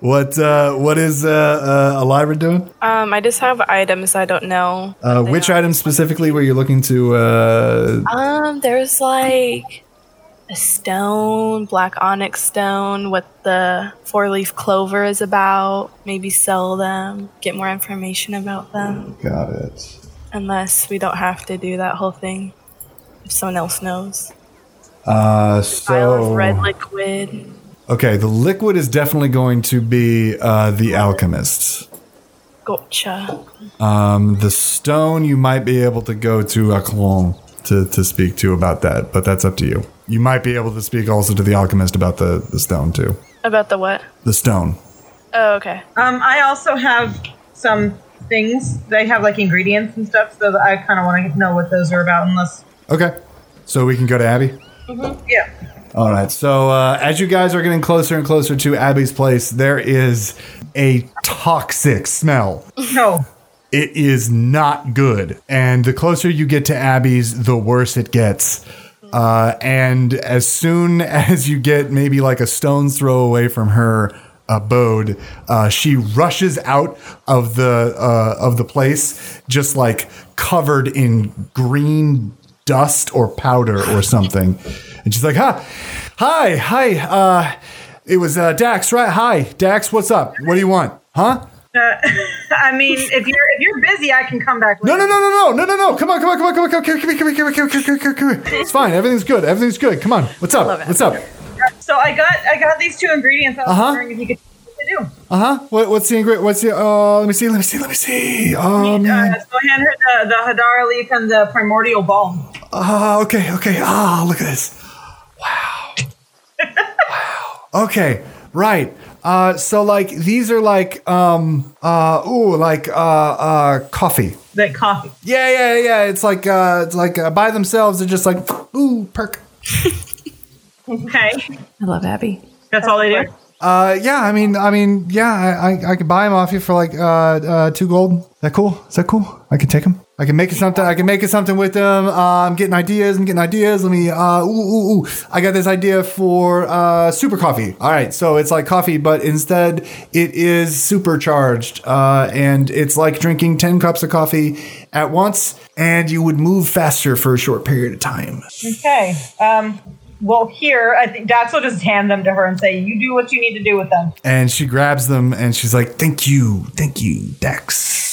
Speaker 8: What? Uh, what is uh, uh, Elira doing?
Speaker 4: Um, I just have items I don't know.
Speaker 8: Uh, which items specifically were you looking to? Uh,
Speaker 4: Um, there's like a stone, black onyx stone, what the four leaf clover is about. Maybe sell them, get more information about them.
Speaker 8: got it.
Speaker 4: Unless we don't have to do that whole thing. If someone else knows. Vial
Speaker 8: Uh,
Speaker 4: of
Speaker 8: so
Speaker 4: red liquid.
Speaker 8: Okay, the liquid is definitely going to be uh, the alchemist.
Speaker 4: Gotcha.
Speaker 8: Um, the stone you might be able to go to a clone to, to speak to about that, but that's up to you. You might be able to speak also to the alchemist about the, the stone too.
Speaker 4: About the what?
Speaker 8: The stone.
Speaker 4: Oh, okay.
Speaker 3: Um, I also have some things. They have like ingredients and stuff, so I kind of want to know what those are about. Unless,
Speaker 8: Okay, so we can go to Abby.
Speaker 3: yeah,
Speaker 8: All right. So uh, as you guys are getting closer and closer to Abby's place, there is a toxic smell.
Speaker 3: no,
Speaker 8: It is not good, and the closer you get to Abby's, the worse it gets. Uh, and as soon as you get maybe like a stone's throw away from her abode, uh, she rushes out of the uh, of the place, just like covered in green dust or powder or something. And she's like, "Huh, hi, hi. Uh, it was uh, Dax, right? Hi, Dax. What's up? What do you want? Huh?"
Speaker 3: Uh, I mean, if you're if you're busy, I can come back.
Speaker 8: No,
Speaker 3: Later.
Speaker 8: no, no, no, no, no, no, no. Come on, come on, come on, come on, come on, come on, come on, come on, come on, come on, come on, come on, come on. It's fine. Everything's good. Everything's good. Come on. What's up? What's up?
Speaker 3: So I got I got these two ingredients. I was
Speaker 8: Uh-huh.
Speaker 3: wondering if you could what they do.
Speaker 8: Uh huh. What, what's the ingredient? What's the? Oh, let me see. Let me see. Let me see. Oh
Speaker 3: Uh,
Speaker 8: man.
Speaker 3: so I hand her the, the Hadara leaf and the primordial balm.
Speaker 8: Ah, okay, okay. Ah, look at this. Okay, right. Uh, so like these are like um uh ooh like uh uh coffee.
Speaker 3: That coffee.
Speaker 8: Yeah, yeah, yeah. It's like uh it's like uh, by themselves they're just like ooh perk.
Speaker 3: Okay.
Speaker 9: I love Abby.
Speaker 3: That's all they do.
Speaker 8: Uh yeah, I mean I mean yeah, I I, I could buy them off you for like uh uh two gold. Is that cool? Is that cool? I can take them. I can make it something. I can make it something with them. Uh, I'm getting ideas. I'm getting ideas. Let me. Uh, ooh, ooh, ooh. I got this idea for uh, super coffee. All right, so it's like coffee, but instead it is supercharged, uh, and it's like drinking ten cups of coffee at once, and you would move faster for a short period of time.
Speaker 3: Okay. Um, well, here, I think Dax will just hand them to her and say, you do what you need to do with them.
Speaker 8: And she grabs them, and she's like, "Thank you, thank you, Dex."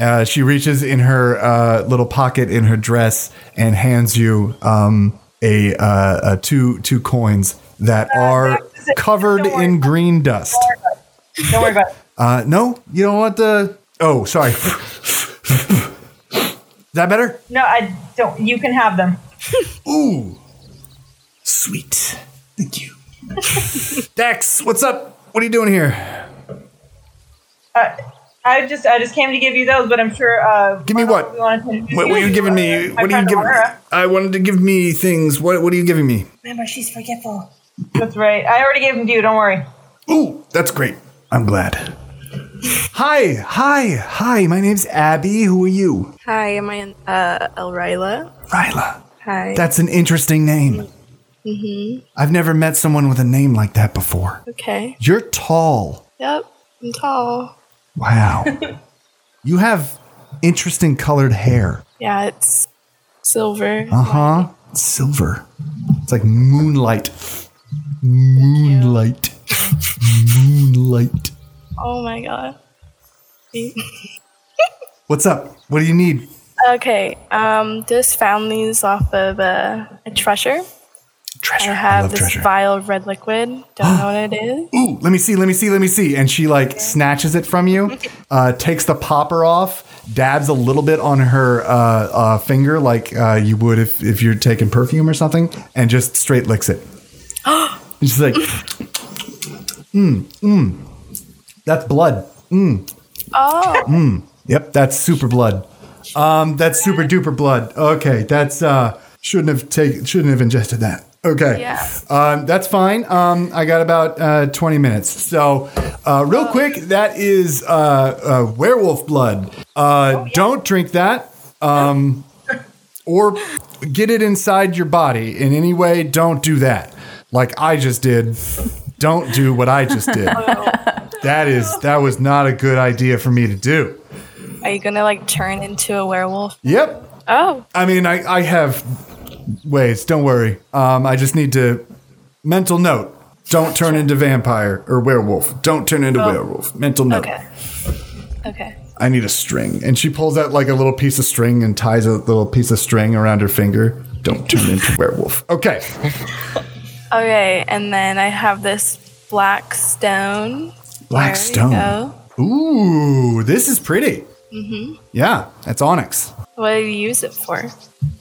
Speaker 8: Uh, she reaches in her uh, little pocket in her dress and hands you um, a, uh, a two two coins that are covered in green dust.
Speaker 3: Don't worry about it.
Speaker 8: Uh, no, you don't want the. Oh, sorry. Is that better?
Speaker 3: No, I don't. You can have them.
Speaker 8: Ooh. Sweet. Thank you. Dex, what's up? What are you doing here?
Speaker 3: Uh, I just I just came to give you those, but I'm sure. Uh,
Speaker 8: Give me what?
Speaker 3: we wanted to introduce
Speaker 8: What, what are you giving me?
Speaker 3: My
Speaker 8: What are you
Speaker 3: friend
Speaker 8: giving?
Speaker 3: Aura.
Speaker 8: I wanted to give me things. What What are you giving me?
Speaker 12: Remember, she's forgetful.
Speaker 3: That's right. I already gave them to you. Don't worry.
Speaker 8: Ooh, that's great. I'm glad. Hi, hi, hi. My name's Abby. Who are you?
Speaker 4: Hi, am I in, uh, Elrila?
Speaker 8: Ryla.
Speaker 4: Hi.
Speaker 8: That's an interesting name.
Speaker 4: Mm-hmm.
Speaker 8: I've never met someone with a name like that before.
Speaker 4: Okay.
Speaker 8: You're tall.
Speaker 4: Yep. I'm tall.
Speaker 8: Wow. you have interesting colored hair.
Speaker 4: Yeah, it's silver.
Speaker 8: Uh huh. Silver. It's like moonlight. Moonlight. Moonlight.
Speaker 4: Oh my god.
Speaker 8: What's up? What do you need?
Speaker 4: okay. Um, just found these off of uh, a treasure.
Speaker 8: Treasure.
Speaker 4: I
Speaker 8: I
Speaker 4: have
Speaker 8: love
Speaker 4: this
Speaker 8: treasure.
Speaker 4: vial of red liquid. Don't know what it is.
Speaker 8: Ooh, let me see, let me see, let me see. And she like snatches it from you, uh, takes the popper off, dabs a little bit on her uh, uh, finger like uh, you would if, if you're taking perfume or something, and just straight licks it. And she's like, mm, mm, that's blood. Mm,
Speaker 4: Oh.
Speaker 8: mm. Yep, that's super blood. Um, that's super duper blood. Okay, that's uh, shouldn't have taken, shouldn't have ingested that. Okay,
Speaker 4: Yeah.
Speaker 8: um, that's fine. Um, I got about uh, twenty minutes, so uh, real quick, that is uh, uh, werewolf blood. Uh, Don't drink that, um, or get it inside your body in any way. Don't do that, like I just did. Don't do what I just did. that is that was not a good idea for me to do.
Speaker 4: Are you gonna like turn into a werewolf?
Speaker 8: Yep.
Speaker 4: Oh.
Speaker 8: I mean, I, I have ways. Don't worry. Um, I just need to mental note. Don't turn into vampire or werewolf. Don't turn into werewolf. Mental note.
Speaker 4: Oh. Okay. Okay.
Speaker 8: I need a string. And she pulls out like a little piece of string and ties a little piece of string around her finger. Don't turn into werewolf. Okay.
Speaker 4: Okay. And then I have this black stone.
Speaker 8: Black stone.
Speaker 4: go.
Speaker 8: Ooh, this is pretty.
Speaker 4: hmm
Speaker 8: Yeah, that's onyx.
Speaker 4: What do you use it for?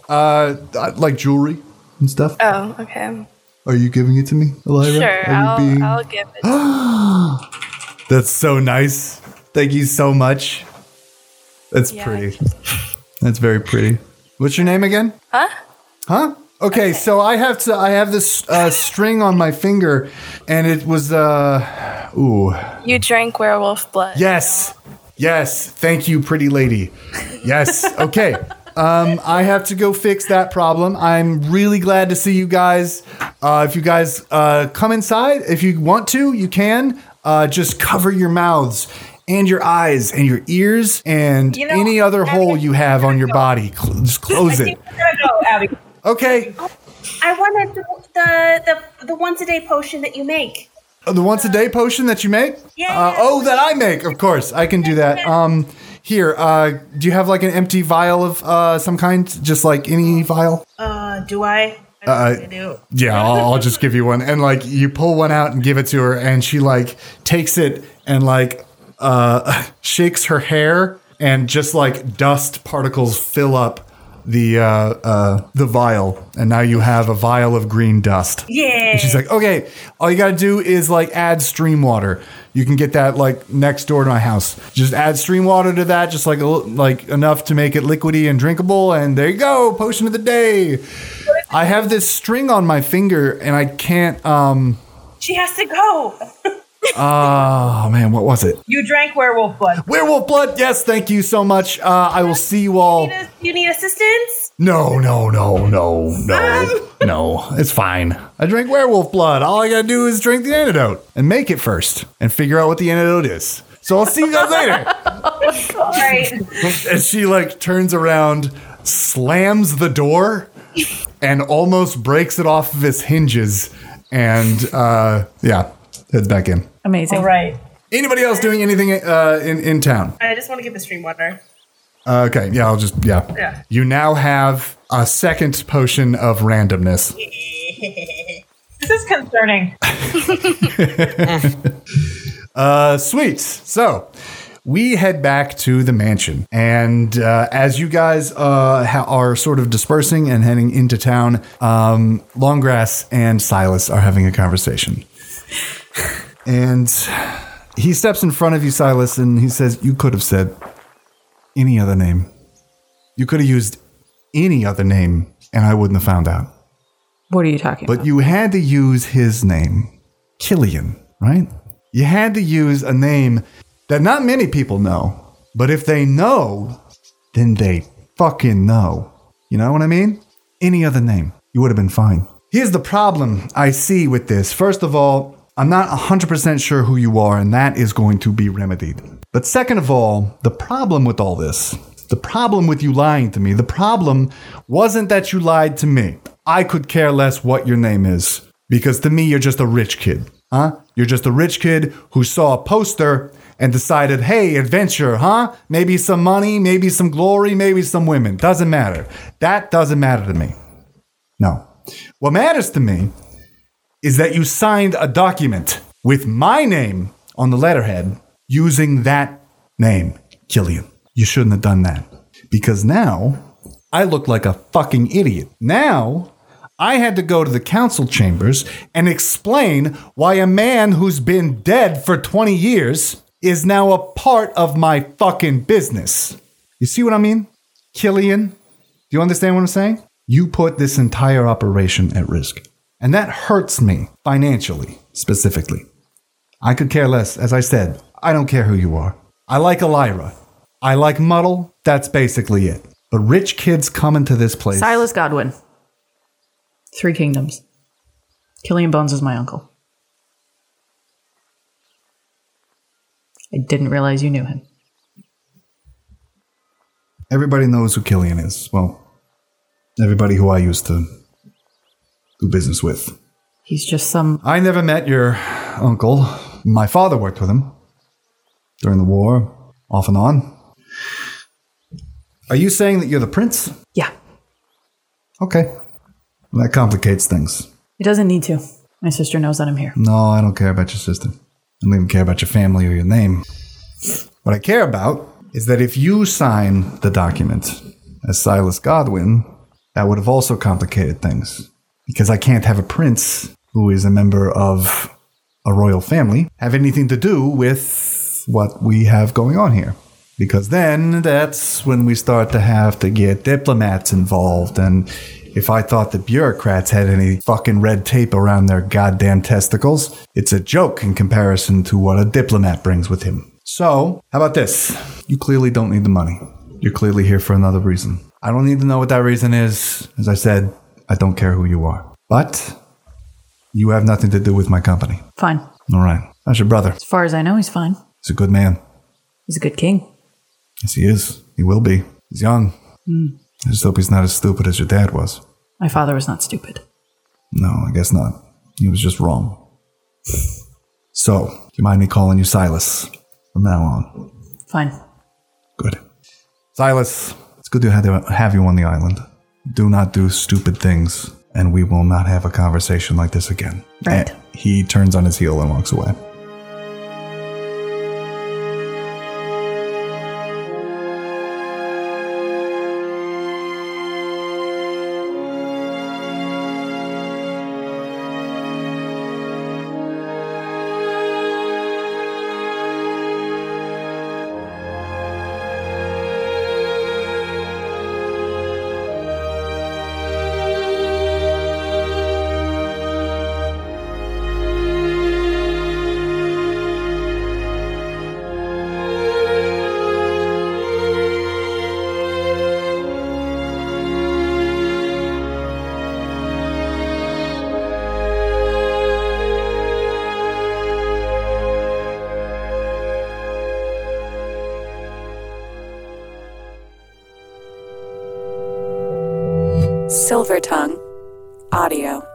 Speaker 8: Uh, th- like jewelry and stuff.
Speaker 4: Oh, okay.
Speaker 8: Are you giving it to me, Elira?
Speaker 4: Sure,
Speaker 8: Are you
Speaker 4: I'll,
Speaker 8: being-
Speaker 4: I'll give it. to you.
Speaker 8: That's so nice. Thank you so much. That's pretty. That's very pretty. What's your name again?
Speaker 4: huh?
Speaker 8: Huh? Okay, so I have to. I have this uh, string on my finger, and it was. Uh, ooh.
Speaker 4: You drank werewolf blood.
Speaker 8: Yes. Yes. Thank you, pretty lady. Yes. Okay. Um, I have to go fix that problem. I'm really glad to see you guys. Uh, if you guys uh, come inside, if you want to, you can. Uh, just cover your mouths and your eyes and your ears and
Speaker 3: You know,
Speaker 8: any other hole you have on your body. Cl- just close it.
Speaker 3: We're gonna go, Abby.
Speaker 8: Okay.
Speaker 12: I wanted the the the, the once a day potion that you make.
Speaker 8: Uh, The once a day potion that you make?
Speaker 12: Yeah.
Speaker 8: Uh, oh, that I make. Of course, I can do that. Um, here, uh, do you have like an empty vial of uh, some kind? Just like any vial?
Speaker 12: Uh, do I?
Speaker 8: Uh,
Speaker 12: I do.
Speaker 8: yeah, I'll, I'll just give you one. And like, you pull one out and give it to her, and she like takes it and like uh, shakes her hair, and just like dust particles fill up the uh, uh, the vial, and now you have a vial of green dust.
Speaker 12: Yeah.
Speaker 8: And she's like, okay, all you gotta do is like add stream water. You can get that like next door to my house. Just add stream water to that, just like a, li- like enough to make it liquidy and drinkable, and there you go, potion of the day. I have this string on my finger, and I can't. um
Speaker 3: She has to go.
Speaker 8: Oh man, what was it?
Speaker 3: You drank werewolf blood.
Speaker 8: Werewolf blood. Yes, thank you so much. Uh, I will see you all.
Speaker 12: You need assistance?
Speaker 8: No, no, no, no, no, no. It's fine. I drank werewolf blood. All I gotta do is drink the antidote and make it first and figure out what the antidote is. So I'll see you guys later.
Speaker 3: All right.
Speaker 8: and she like turns around, slams the door, and almost breaks it off of its hinges. And uh, yeah, heads back in.
Speaker 9: Amazing.
Speaker 3: All right.
Speaker 8: Anybody else doing anything uh, in in town?
Speaker 5: I just want to get the stream water.
Speaker 8: Uh, okay, yeah, I'll just yeah.
Speaker 5: Yeah.
Speaker 8: You now have a second potion of randomness.
Speaker 3: This is concerning.
Speaker 8: Uh, sweet. So we head back to the mansion. And uh, as you guys uh, ha- are sort of dispersing and heading into town, um, Longgrass and Silas are having a conversation. and he steps in front of you, Silas, and he says, You could have said any other name. You could have used any other name, and I wouldn't have found out.
Speaker 9: What are you talking
Speaker 8: But you had to use his name, Killian, right? You had to use a name that not many people know. But if they know, then they fucking know. You know what I mean? Any other name, you would have been fine. Here's the problem I see with this. First of all, I'm not 100% sure who you are, and that is going to be remedied. But second of all, the problem with all this, the problem with you lying to me, the problem wasn't that you lied to me. I could care less what your name is, because to me, you're just a rich kid. Huh? You're just a rich kid who saw a poster and decided, hey, adventure, huh? Maybe some money, maybe some glory, maybe some women. Doesn't matter. That doesn't matter to me. No. What matters to me is that you signed a document with my name on the letterhead using that name, Killian. You shouldn't have done that because now I look like a fucking idiot. Now I had to go to the council chambers and explain why a man who's been dead for 20 years is now a part of my fucking business. You see what I mean? Killian, do you understand what I'm saying? You put this entire operation at risk. And that hurts me financially, specifically. I could care less, as I said. I don't care who you are. I like Elira. I like Muddle. That's basically it. But rich kids coming to this place.
Speaker 9: Silas Godwin. Three Kingdoms. Killian Bones is my uncle. I didn't realize you knew him.
Speaker 8: Everybody knows who Killian is. Well, everybody who I used to do business with.
Speaker 9: He's just some.
Speaker 8: I never met your uncle. My father worked with him during the war, off and on. Are you saying that you're the prince?
Speaker 9: Yeah,
Speaker 8: Okay. That complicates things.
Speaker 9: it doesn't need to. My sister knows that I'm here.
Speaker 8: No, I don't care about your sister. I don't even care about your family or your name. What I care about is that if you sign the document as Silas Godwin, that would have also complicated things. Because I can't have a prince who is a member of a royal family have anything to do with what we have going on here. Because then that's when we start to have to get diplomats involved. And if I thought the bureaucrats had any fucking red tape around their goddamn testicles, it's a joke in comparison to what a diplomat brings with him. So, how about this? You clearly don't need the money. You're clearly here for another reason. I don't need to know what that reason is. As I said, I don't care who you are. But you have nothing to do with my company.
Speaker 9: Fine.
Speaker 8: All right. That's your brother.
Speaker 9: As far as I know, he's fine.
Speaker 8: He's a good man.
Speaker 9: He's a good king.
Speaker 8: Yes, he is. He will be. He's young. I just hope he's not as stupid as your dad was.
Speaker 9: My father was not stupid.
Speaker 8: No, I guess not. He was just wrong. So, do you mind me calling you Silas from now on?
Speaker 9: Fine.
Speaker 8: Good. Silas, it's good to have have you on the island. Do not do stupid things, and we will not have a conversation like this again.
Speaker 9: Right.
Speaker 8: And he turns on his heel and walks away.
Speaker 9: Silvertongue Audio.